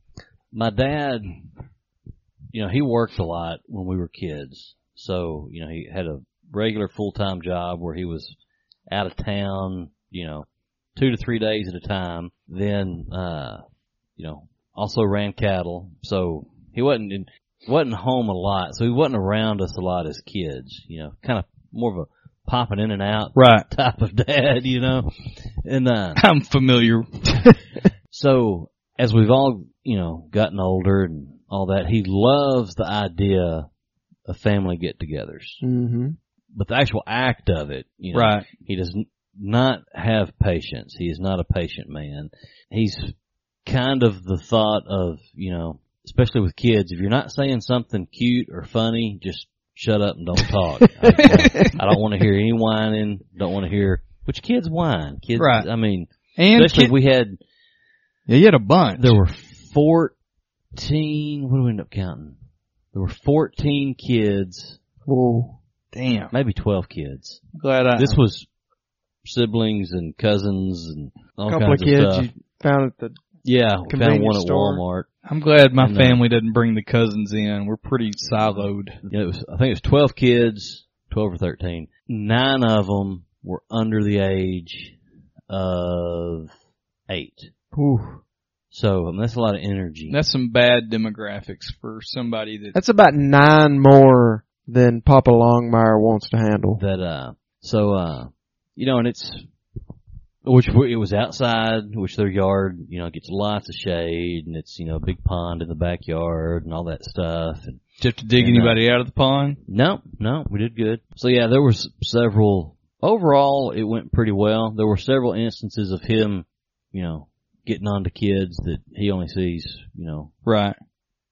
My dad, you know, he worked a lot when we were kids. So you know, he had a regular full time job where he was out of town. You know, two to three days at a time. Then uh, you know, also ran cattle. So he wasn't in, wasn't home a lot. So he wasn't around us a lot as kids. You know, kind of more of a popping in and out Right. type of dad, you know. And uh I'm familiar. so as we've all, you know, gotten older and all that, he loves the idea of family get-togethers. Mm-hmm. But the actual act of it, you know, Right. he does n- not have patience. He is not a patient man. He's kind of the thought of, you know, especially with kids, if you're not saying something cute or funny, just shut up and don't talk. I, I don't want to hear any whining. Don't want to hear, which kids whine. Kids, Right. I mean, And especially kid, if we had, yeah, you had a bunch. there were 14, what do we end up counting? There were 14 kids, Whoa. Damn. maybe 12 kids. Glad I. This was siblings and cousins and all couple of kinds kids stuff. you found at the. yeah, we found convenience one at store. Walmart. I'm glad my And, uh, family doesn't bring the cousins in. We're pretty siloed. You know, it was, I think it was 12 kids, 12 or 13. Nine of them were under the age of eight. Whew. So I mean, that's a lot of energy. That's some bad demographics for somebody that. That's about nine more than Papa Longmire wants to handle. that uh so uh you know and it's Which w- it was outside, which their yard, you know, gets lots of shade, and it's you know a big pond in the backyard and all that stuff. And Did you have to dig And, uh, anybody out of the pond? no, no, we did good. So yeah, there was several. Overall, it went pretty well. There were several instances of him, you know, getting on to kids that he only sees, you know, Right.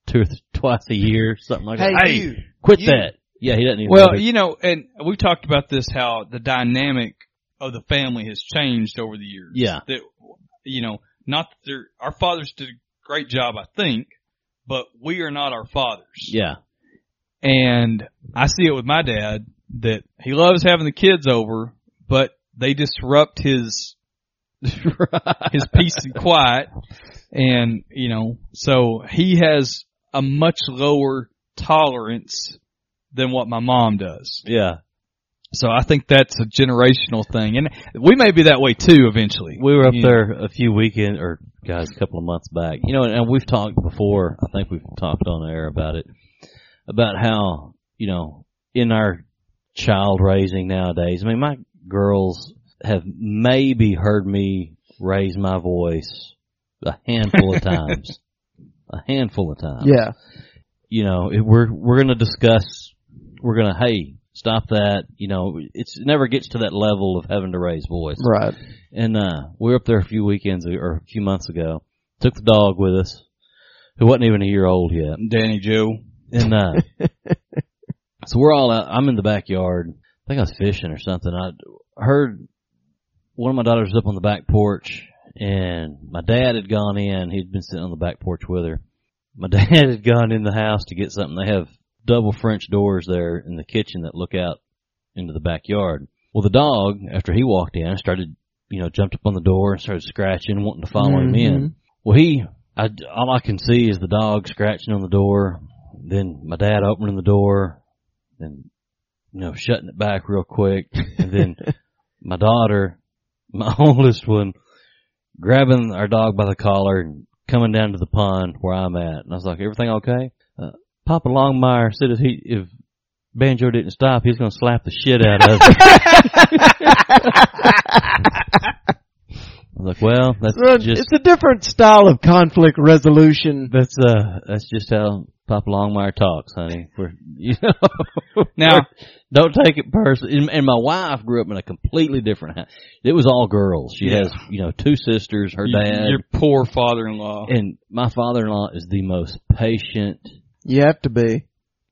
two or th- twice a year, something like that. Hey, you. quit you. that! Yeah, he doesn't even. know Well, that- you know, and we've talked about this how the dynamic of the family has changed over the years. Yeah. That you know, not that they're, our fathers did a great job, I think, but we are not our fathers. yeah, And I see it with my dad that he loves having the kids over, but they disrupt his his peace and quiet. And, you know, so he has a much lower tolerance than what my mom does. yeah. So I think that's a generational thing. And we may be that way too eventually. We were up Yeah. there a few weekend or guys a couple of months back. You know, and we've talked before. I think we've talked on air about it about how you know in our child raising nowadays. I mean, my girls have maybe heard me raise my voice a handful of times, a handful of times. Yeah. you know, it, we're we're gonna discuss. We're gonna hey, stop that. You know, it's it never gets to that level of having to raise voice. Right. And uh, we were up there a few weekends ag- or a few months ago. Took the dog with us, who wasn't even a year old yet. Danny Joe. And uh, so we're all out. I'm in the backyard. I think I was fishing or something. I heard one of my daughters was up on the back porch, and my dad had gone in. He'd been sitting on the back porch with her. My dad had gone in the house to get something. They have double French doors there in the kitchen that look out into the backyard. Well, the dog, after he walked in, started, you know, jumped up on the door and started scratching, wanting to follow him in. Well, he, I, all I can see is the dog scratching on the door, then my dad opening the door, then, you know, shutting it back real quick, and then my daughter, my oldest one, grabbing our dog by the collar and coming down to the pond where I'm at. And I was like, everything okay? Uh, Papa Longmire said if he, if Banjo didn't stop, he's gonna slap the shit out of us. I was like, well, that's Well, just it's a different style of conflict resolution. that's uh, that's just how Papa Longmire talks, honey. We're, you know, Now- don't take it personally. And, and my wife grew up in a completely different house. It was all girls. She has, you know, two sisters, her Your- dad, Your poor father-in-law. and my father-in-law is the most patient, You have to be.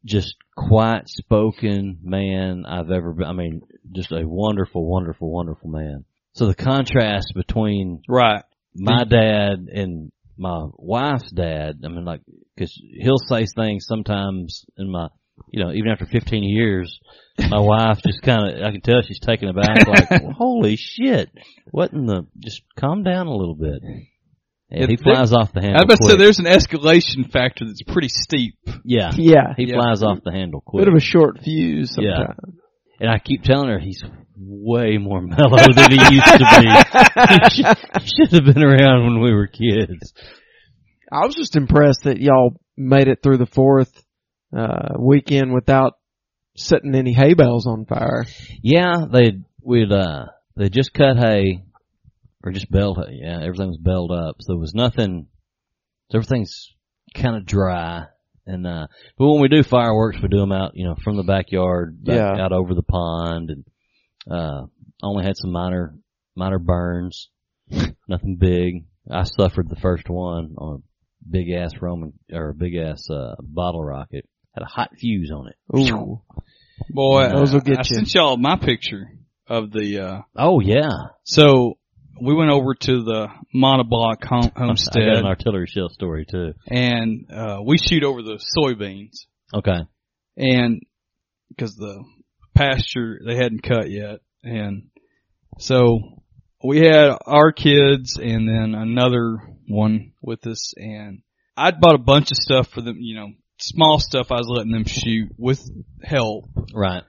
just quiet spoken man I've ever been. I mean, just a wonderful, wonderful, wonderful man. So the contrast between Right. my dad and my wife's dad. I mean, like, because he'll say things sometimes in my, you know, even after 15 years, my wife just kind of, I can tell she's taken aback, like, holy shit, what in the? Just calm down a little bit. And Yeah, he there- flies off the I handle. bet say quick. there's an escalation factor that's pretty steep. yeah, Yeah. he Yeah. flies off the handle quick. Bit of a short fuse Yeah. sometimes. And I keep telling her he's way more mellow than he used to be. he should have been around when we were kids. I was just impressed that y'all made it through the fourth uh, weekend without setting any hay bales on fire. Yeah, they we'd uh they just cut hay or just baled hay. Yeah, everything was baled up, so there was nothing. So everything's kind of dry, and uh but when we do fireworks, we do them out you know from the backyard, back Yeah. out over the pond, and uh only had some minor minor burns, nothing big. I suffered the first one on a big ass Roman or a big ass uh, bottle rocket. Had a hot fuse on it. Ooh. Boy, Those will get I you. sent y'all my picture of the. uh Oh yeah, So we went over to the monoblock home, I got homestead, an artillery shell story too. and uh we shoot over the soybeans, Okay. and because the pasture they hadn't cut yet, and so we had our kids, and then another one with us, and I'd bought a bunch of stuff for them, you know, small stuff I was letting them shoot with help. Right.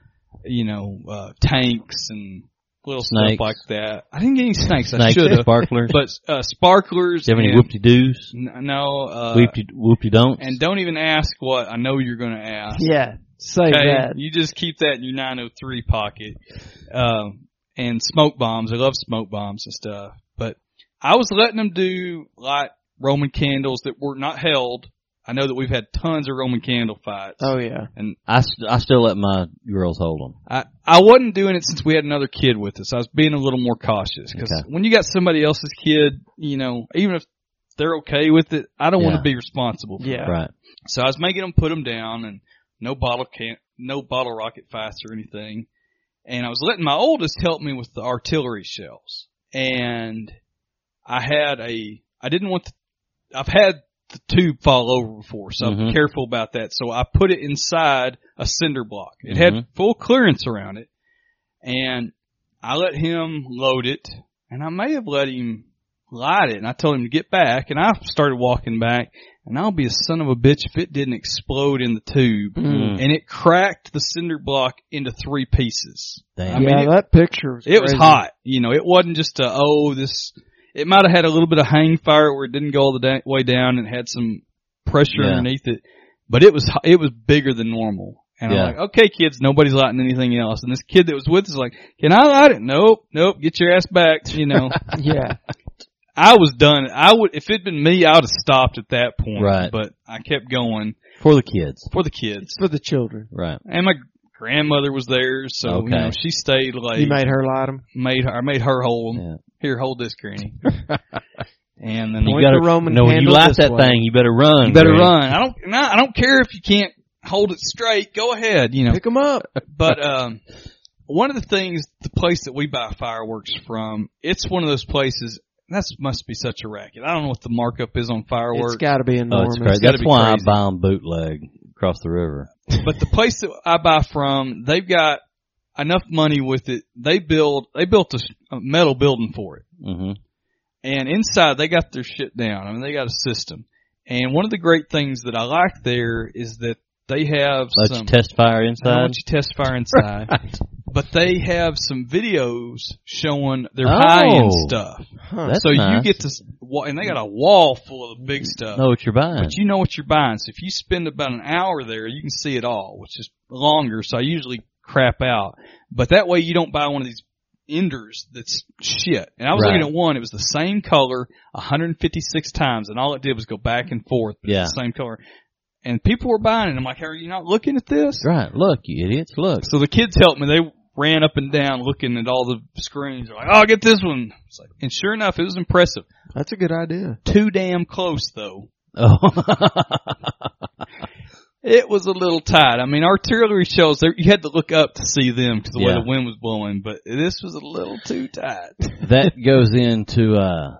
you know, uh, tanks and little Snakes. stuff like that. I didn't get any snakes. I Snakes, should have. sparklers. But uh, sparklers. Do you have any and- whoopty doos? n- No. Uh, Whoopty whoopty don'ts? and don't even ask what I know you're going to ask. Yeah. Say Okay? that. You just keep that in your 903 pocket. oh Um, and smoke bombs. I love smoke bombs and stuff. But I was letting them do like Roman candles that were not held. I know that we've had tons of Roman candle fights. Oh yeah. I, st- I still let my girls hold them. I, I wasn't doing it since we had another kid with us. I was being a little more cautious because Okay. when you got somebody else's kid, you know, even if they're okay with it, I don't want Yeah. to be responsible. For Yeah. Right. it. So I was making them put them down and no bottle can no bottle rocket fights or anything. And I was letting my oldest help me with the artillery shells. And I had a, I didn't want the, I've had the tube fall over before, so I'm Mhm. careful about that. So I put it inside a cinder block. It had Mhm. full clearance around it. And I let him load it and I may have let him light it and I told him to get back and I started walking back and I'll be a son of a bitch if it didn't explode in the tube Mm. and it cracked the cinder block into three pieces. Damn. I mean, yeah, it- that picture was It was crazy. hot. You know, it wasn't just a, oh, this, it might have had a little bit of hang fire where it didn't go all the da- way down and had some pressure Yeah. underneath it, but it was, ho- it was bigger than normal. And Yeah. I'm like, okay, kids, nobody's lighting anything else. And this kid that was with us is like, can I light it? Nope, nope, get your ass back. You know, Yeah. I was done. I would, if it'd been me, I would have stopped at that point. Right. But I kept going For the kids. for the kids. It's for the children. Right. And my grandmother was there, so, you Okay. know, she stayed like, You made her light them. made her, I made her hold 'em. Yeah. Here, hold this, Granny. and then You Point gotta, the Roman no, when you candle light this that way. thing, you better run. you better Greg. run. I don't, no, I don't care if you can't hold it straight. Go ahead, you know. Pick them up. But um, one of the things, the place that we buy fireworks from, it's one of those places. That must be such a racket. I don't know what the markup is on It's fireworks, got to be Oh, enormous. it's crazy. gotta That's be why crazy. I buy 'em bootleg across the river. but the place that I buy from, they've got enough money with it. They build, they built a s- a metal building for it. hmm and inside they got their shit down. I mean, they got a system. And one of the great things that I like there is that they have Let some. you test fire I don't inside. want you to test fire inside, but they have some videos showing their Oh. high end stuff. Huh. That's so nice. you get to, s- wa- and they got a wall full of the big stuff. know what you're buying. But you know what you're buying. So if you spend about an hour there, you can see it all, which is longer. So I usually crap out. But that way you don't buy one of these enders that's shit. And I was Right. looking at one, it was the same color 156 times and all it did was go back and forth. But Yeah. It's the same color. And people were buying it. I'm like, are you not looking at this? right. Look, you idiots. Look. So the kids helped me. They ran up and down looking at all the screens. They're like, oh, get this one. It's like, and sure enough, it was impressive. That's a good idea. Too damn close though. Oh. It was a little tight. I mean, artillery shells, there- you had to look up to see them because the way Yeah. the wind was blowing, but this was a little too tight. that goes into uh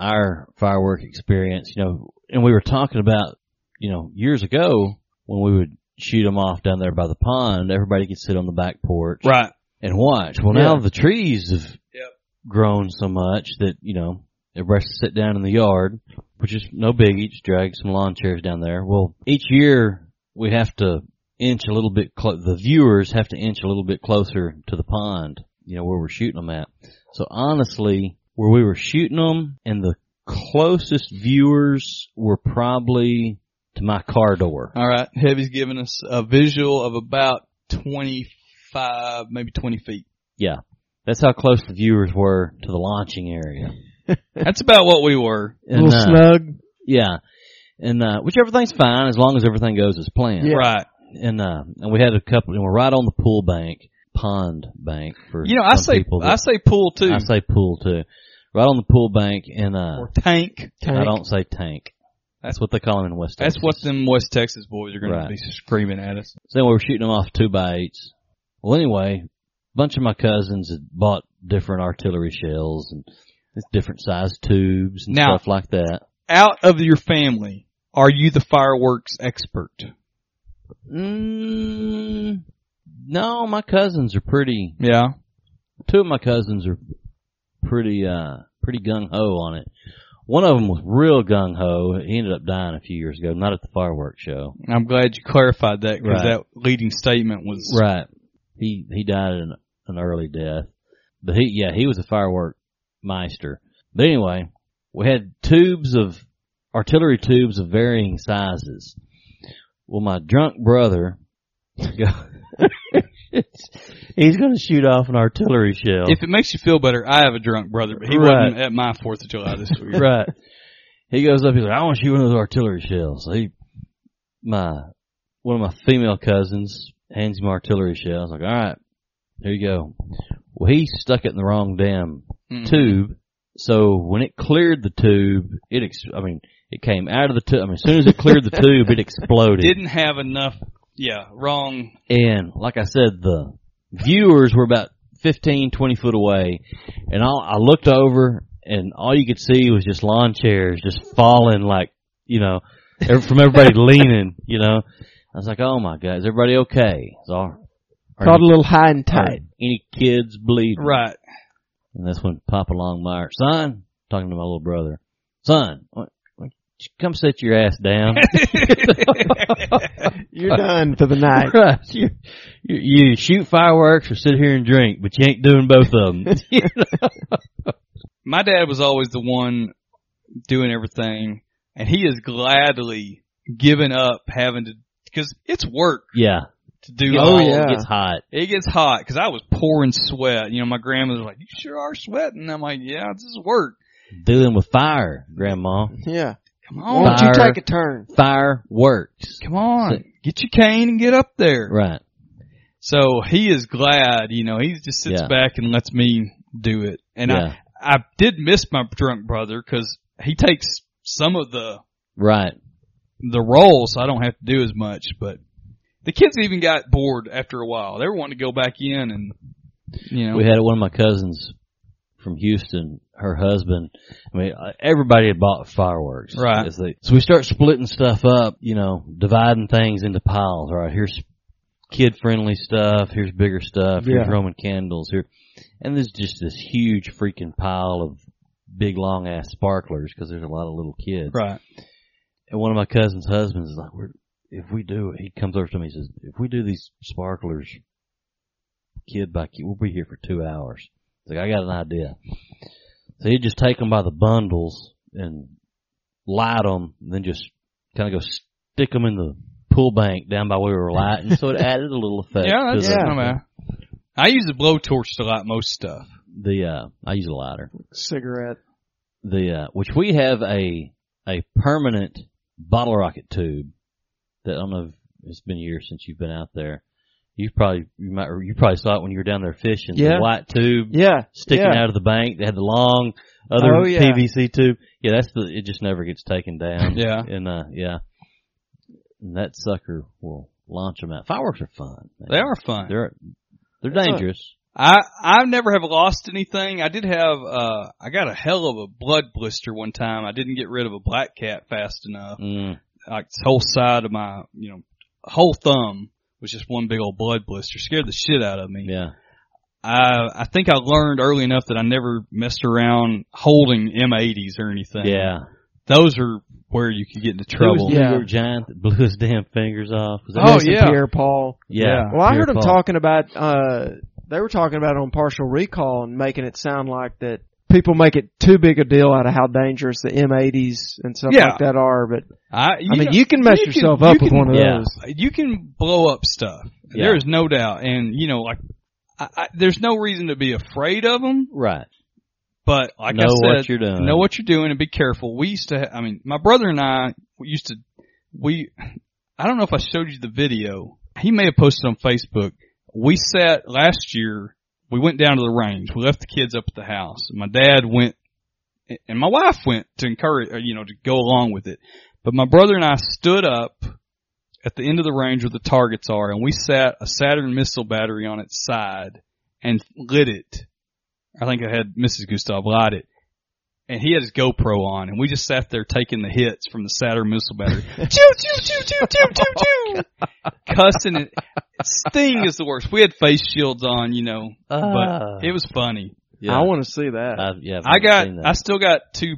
our firework experience, you know, and we were talking about, you know, years ago when we would shoot them off down there by the pond, everybody could sit on the back porch Right. and watch. Well, now the trees have Yep. grown so much that, you know, everybody has to sit down in the yard, which is no biggie. Just drag some lawn chairs down there. Well, each year we have to inch a little bit, clo- the viewers have to inch a little bit closer to the pond, you know, where we're shooting them at. So honestly, where we were shooting them and the closest viewers were probably to my car door. All right. Heavy's giving us a visual of about 25, maybe 20 feet. That's how close the viewers were to the launching area. That's about what we were. And, little uh, snug. Yeah. And uh which everything's fine as long as everything goes as planned. Right. And uh and we had a couple and we're right on the pool bank, pond bank for You know, I some say, people I that- say pool too. I say pool too. Right on the pool bank and uh or tank. I Tank. don't say tank. That's what they call them in West That's Texas. what them West Texas boys are going to Right. be screaming at us. So we were shooting them off two by eights. Well, anyway, a bunch of my cousins had bought different artillery shells and different sized tubes and Now- stuff like that. Out of your family, are you the fireworks expert? Mm, no, my cousins are pretty. Yeah. Two of my cousins are pretty, uh, pretty gung ho on it. One of them was real gung ho. He ended up dying a few years ago, not at the fireworks show. I'm glad you clarified that because Right. that leading statement was Right. He he died an an early death. But he yeah, he was a firework meister. But anyway, we had tubes of artillery tubes of varying sizes. Well my drunk brother He's going to shoot off an artillery shell. If it makes you feel better, I have a drunk brother, but he Right. wasn't at my Fourth of July this week. right. He goes up. He's like, I want to shoot one of those artillery shells. So he, my, one of my female cousins hands him an artillery shell. I was like, all right, here you go. Well, he stuck it in the wrong damn Mm. tube. So when it cleared the tube, it, ex- I mean, it came out of the tube. I mean, as soon as it cleared the tube, it exploded. Didn't have enough. Yeah, wrong. And like I said, the viewers were about 15, 20 foot away. And all, I looked over and all you could see was just lawn chairs just falling like, you know, ev- from everybody leaning, you know. I was like, oh my God, is everybody okay? Is all, are Caught a any, little high and are tight. any kids bleeding? Right. And that's when Papa Longmire, son, talking to my little brother, son, what, what, come sit your ass down. You're done for the night. Right. You, you, you shoot fireworks or sit here and drink, but you ain't doing both of them. My dad was always the one doing everything, and he has gladly given up having to because it's work yeah. to do. Oh, all- yeah. It gets hot. It gets hot because I was pouring sweat. You know, my grandma's like, "You sure are sweating." I'm like, "Yeah, this is work. Dealing with fire, Grandma. Yeah. Come Why on, don't you Fire. take a turn? Fire works. come on, get your cane and get up there." Right. So he is glad. You know, he just sits Yeah. back and lets me do it, and yeah. I I did miss my drunk brother because he takes some of the Right. the role, so I don't have to do as much. But the kids even got bored after a while. They were wanting to go back in, and you know, We had one of my cousins from Houston, her husband. I mean, uh, everybody had bought fireworks. Right. It's like- So we start splitting stuff up, you know, dividing things into piles. All right, here's kid friendly stuff. Here's bigger stuff. Here's Yeah. Roman candles. Here, and there's just this huge freaking pile of big long ass sparklers because there's a lot of little kids. right, And one of my cousin's husbands is like, We're, if we do, he comes over to me and says, if we do these sparklers kid by kid, we'll be here for two hours. He's like, I got an idea. So he'd just take them by the bundles and light them and then just kind of go stick them in the pool bank down by where we were lighting. so it added a little effect yeah, to that's the, I, mean, I use a blowtorch to light most stuff. the, uh, I use a lighter. Cigarette. the uh, which we have a a permanent bottle rocket tube that I don't know. If it's been years since you've been out there. You probably you might you probably saw it when you were down there fishing. Yeah. The white tube Yeah. sticking yeah. out of the bank. They had the long other Oh, yeah. PVC tube. Yeah, that's the. It just never gets taken down. Yeah. and uh, yeah, and that sucker will launch them out. Fireworks are fun. man. They are fun. They're they're That's fun. dangerous. I I never have lost anything. I did have uh I got a hell of a blood blister one time. I didn't get rid of a black cat fast enough. Mm, Like this whole side of my you know whole thumb was just one big old blood blister. Scared the shit out of me. yeah, I I think I learned early enough that I never messed around holding M80s or anything. yeah. those are where you can get into Who trouble. was the Yeah. New York Giant that blew his damn fingers off? Was that Oh, Yes, and yeah. Pierre Paul. Yeah. Well, I Pierre heard them Paul. talking about uh they were talking about it on partial recall and making it sound like that people make it too big a deal out of how dangerous the M80s and stuff Yeah. like that are, but I, you I mean, know, you can mess you can- yourself you up with can- one of yeah. those. you can blow up stuff. Yeah. There is no doubt, and you know, like I, I, there's no reason to be afraid of them. Right. But like know I said, what you're doing. know what you're doing and be careful. We used to, ha- I mean, my brother and I used to, we, I don't know if I showed you the video. He may have posted on Facebook. We sat last year, we went down to the range. We left the kids up at the house. My dad went, and my wife went to encourage, or, you know, to go along with it. But my brother and I stood up at the end of the range where the targets are, and we sat a Saturn missile battery on its side and lit it. I think I had Mrs. Gustav light it and he had his GoPro on, and we just sat there taking the hits from the Saturn missile battery. choo choo choo choo choo choo choo, cussing. And, Sting is the worst. We had face shields on, you know, Ah. but it was funny. Yeah. I want to see that. I've- yeah, I've I never got, seen I that. still got two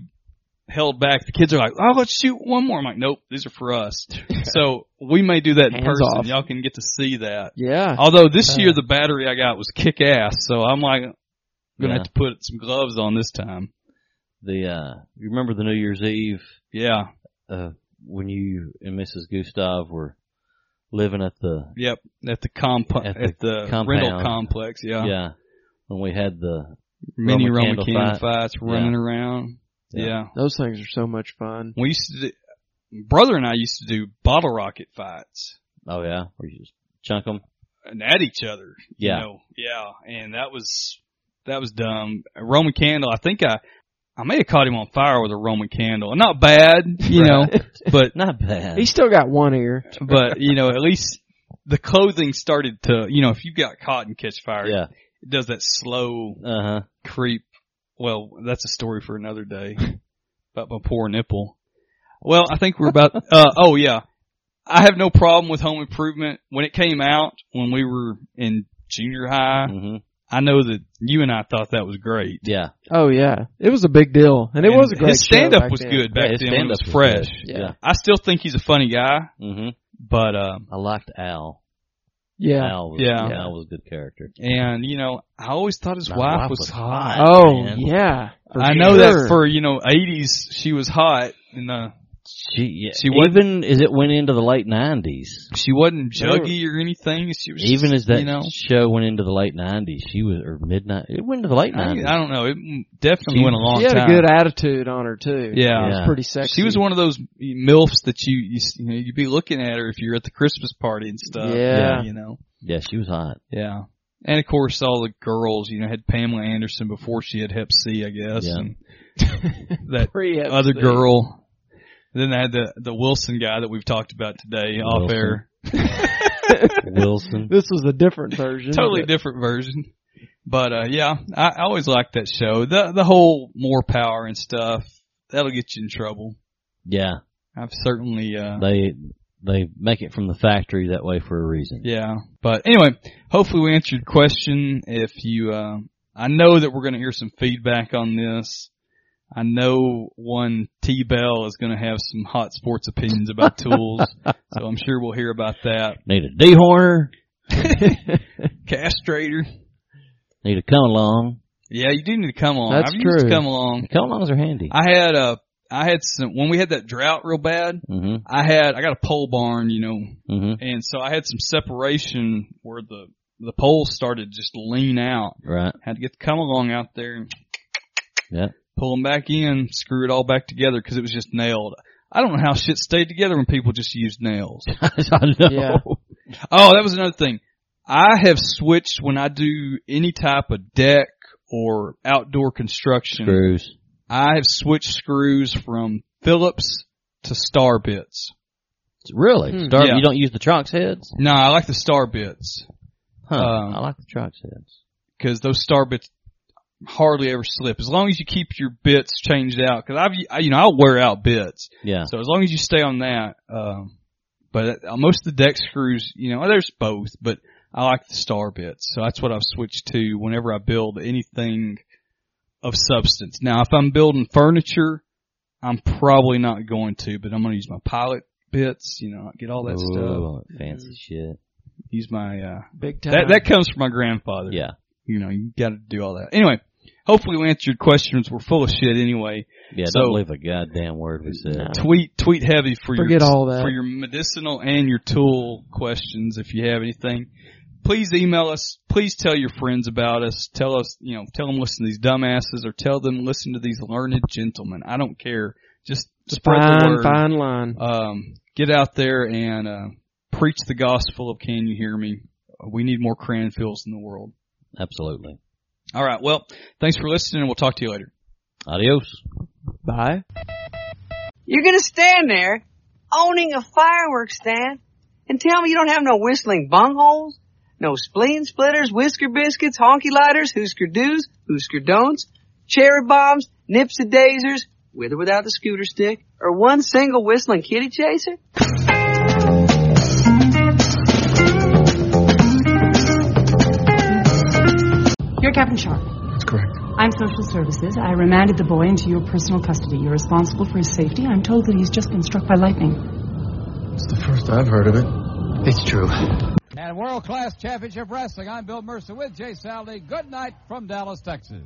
held back. The kids are like, "Oh, let's shoot one more." I'm like, "Nope, these are for us." so we may do that in Hands person. off. Y'all can get to see that. yeah. Although this year the battery I got was kick ass, so I'm like, gonna Yeah. have to put some gloves on this time. the uh, you remember the New Year's Eve Yeah, uh, when you and Mrs. Gustav were living at the Yep, at the compo- At at the the, rental compound. complex. Yeah, yeah when we had the mini Roman Roman candle candle, fight. fights running around. Yeah. Yeah. Those things are so much fun. we used to. Do, brother and I used to do bottle rocket fights oh yeah where you just chunk them and at each other. yeah You know? Yeah, and that was that was dumb. Roman candle. I think I I may have caught him on fire with a Roman candle. Not bad, you know, but not bad He's still got one ear. but you know at least the clothing started to you know if you got caught and catch fire, yeah it does that slow uh huh creep. Well, that's a story for another day about my poor nipple. Well, I think we're about. Uh, oh yeah, I have no problem with Home Improvement when it came out when we were in junior high. hmm I know that you and I thought that was great. yeah Oh yeah, it was a big deal, and it was a great. his show stand back up was then. good back yeah, his then. When it stand-up was fresh. good. yeah, Yeah. I still think he's a funny guy, hmm but um, I liked Al Yeah. Al was, Yeah. Al was a good character and you know I always thought his My wife, wife was, was hot. hot. Oh man. yeah. for I sure. know that for you know '80s she was hot and uh, she yeah, She was- even as it went into the late nineties she wasn't They were- juggy or anything. She was even as just, that you know show went into the late nineties she was or midnight it went into the late I, nineties I don't know. It m- definitely She- went a long She had time. a good attitude on her too. Yeah. It was Yeah. pretty sexy. she was one of those milfs that you you, s- you know, you'd be looking at her if you're at the Christmas party and stuff. Yeah. you know. yeah she was hot Yeah, and of course all the girls, you know, had Pamela Anderson before she had Hep C, I guess, Yeah. and that Pretty other upset. girl. Then they had the the Wilson guy that we've talked about today off Wilson. air. Wilson This was a different version. totally but- different version. But uh yeah, I, I always liked that show. The the whole more power and stuff that'll get you in trouble. yeah I've certainly uh they they make it from the factory that way for a reason. yeah. But anyway, hopefully we answered your question. If you uh I know that we're gonna hear some feedback on this. I know one T Bell is gonna have some hot sports opinions about tools. so I'm sure we'll hear about that. Need a D horner. Castrator. Need a come along. Yeah, you do need to come along. That's I've used true. come along. Come alongs are handy. I had a, I had some, when we had that drought real bad, hmm I had, I got a pole barn, you know, hmm and so I had some separation where the, the poles started to just lean out. Right. Had to get the come along out there and Yeah. pull them back in, screw it all back together because it was just nailed. I don't know how shit stayed together when people just used nails. I know. Yeah. Oh, that was another thing. I have switched when I do any type of deck or outdoor construction. Screws. I have switched screws from Phillips to Star Bits. Really? Hmm. Star- Yeah. You don't use the trucks heads? No, I like the Star Bits Huh. Um, I like the trucks heads. because those Star Bits hardly ever slip. As long as you keep your bits changed out, because I've I, you know I'll wear out bits. Yeah. So as long as you stay on that, um, but uh, most of the deck screws, you know, there's both, but I like the Star Bits, so that's what I've switched to whenever I build anything of substance. Now, if I'm building furniture, I'm probably not going to, but I'm going to use my pilot bits, you know, get all that stuff. Ooh, Fancy shit. Use my uh, Big time. that that comes from my grandfather Yeah. you know, you got to do all that. Anyway, hopefully we answered your questions. We're full of shit anyway. Yeah. So- don't leave a goddamn word we said. Tweet, tweet heavy for Forget your all that. for your medicinal and your tool questions if you have anything. Please email us. Please tell your friends about us. Tell us, you know, tell them listen to these dumbasses or tell them listen to these learned gentlemen. I don't care. Just spread the fine, word. fine line. Um, get out there and uh, preach the gospel of Can You Hear Me? We need more Cranfields in the world. Absolutely. All right. Well, thanks for listening. and We'll talk to you later. Adios. Bye. You're gonna stand there owning a fireworks stand and tell me you don't have no whistling bungholes, no spleen splitters, whisker biscuits, honky lighters, hoosker doos, hoosker don'ts, cherry bombs, nips and dazers, with or without the scooter stick, or one single whistling kitty chaser? You're Captain Sharp. That's correct. I'm Social Services. I remanded the boy into your personal custody. You're responsible for his safety. I'm told that he's just been struck by lightning. and World Class Championship Wrestling. I'm Bill Mercer with Jay Sally. Good night from Dallas, Texas.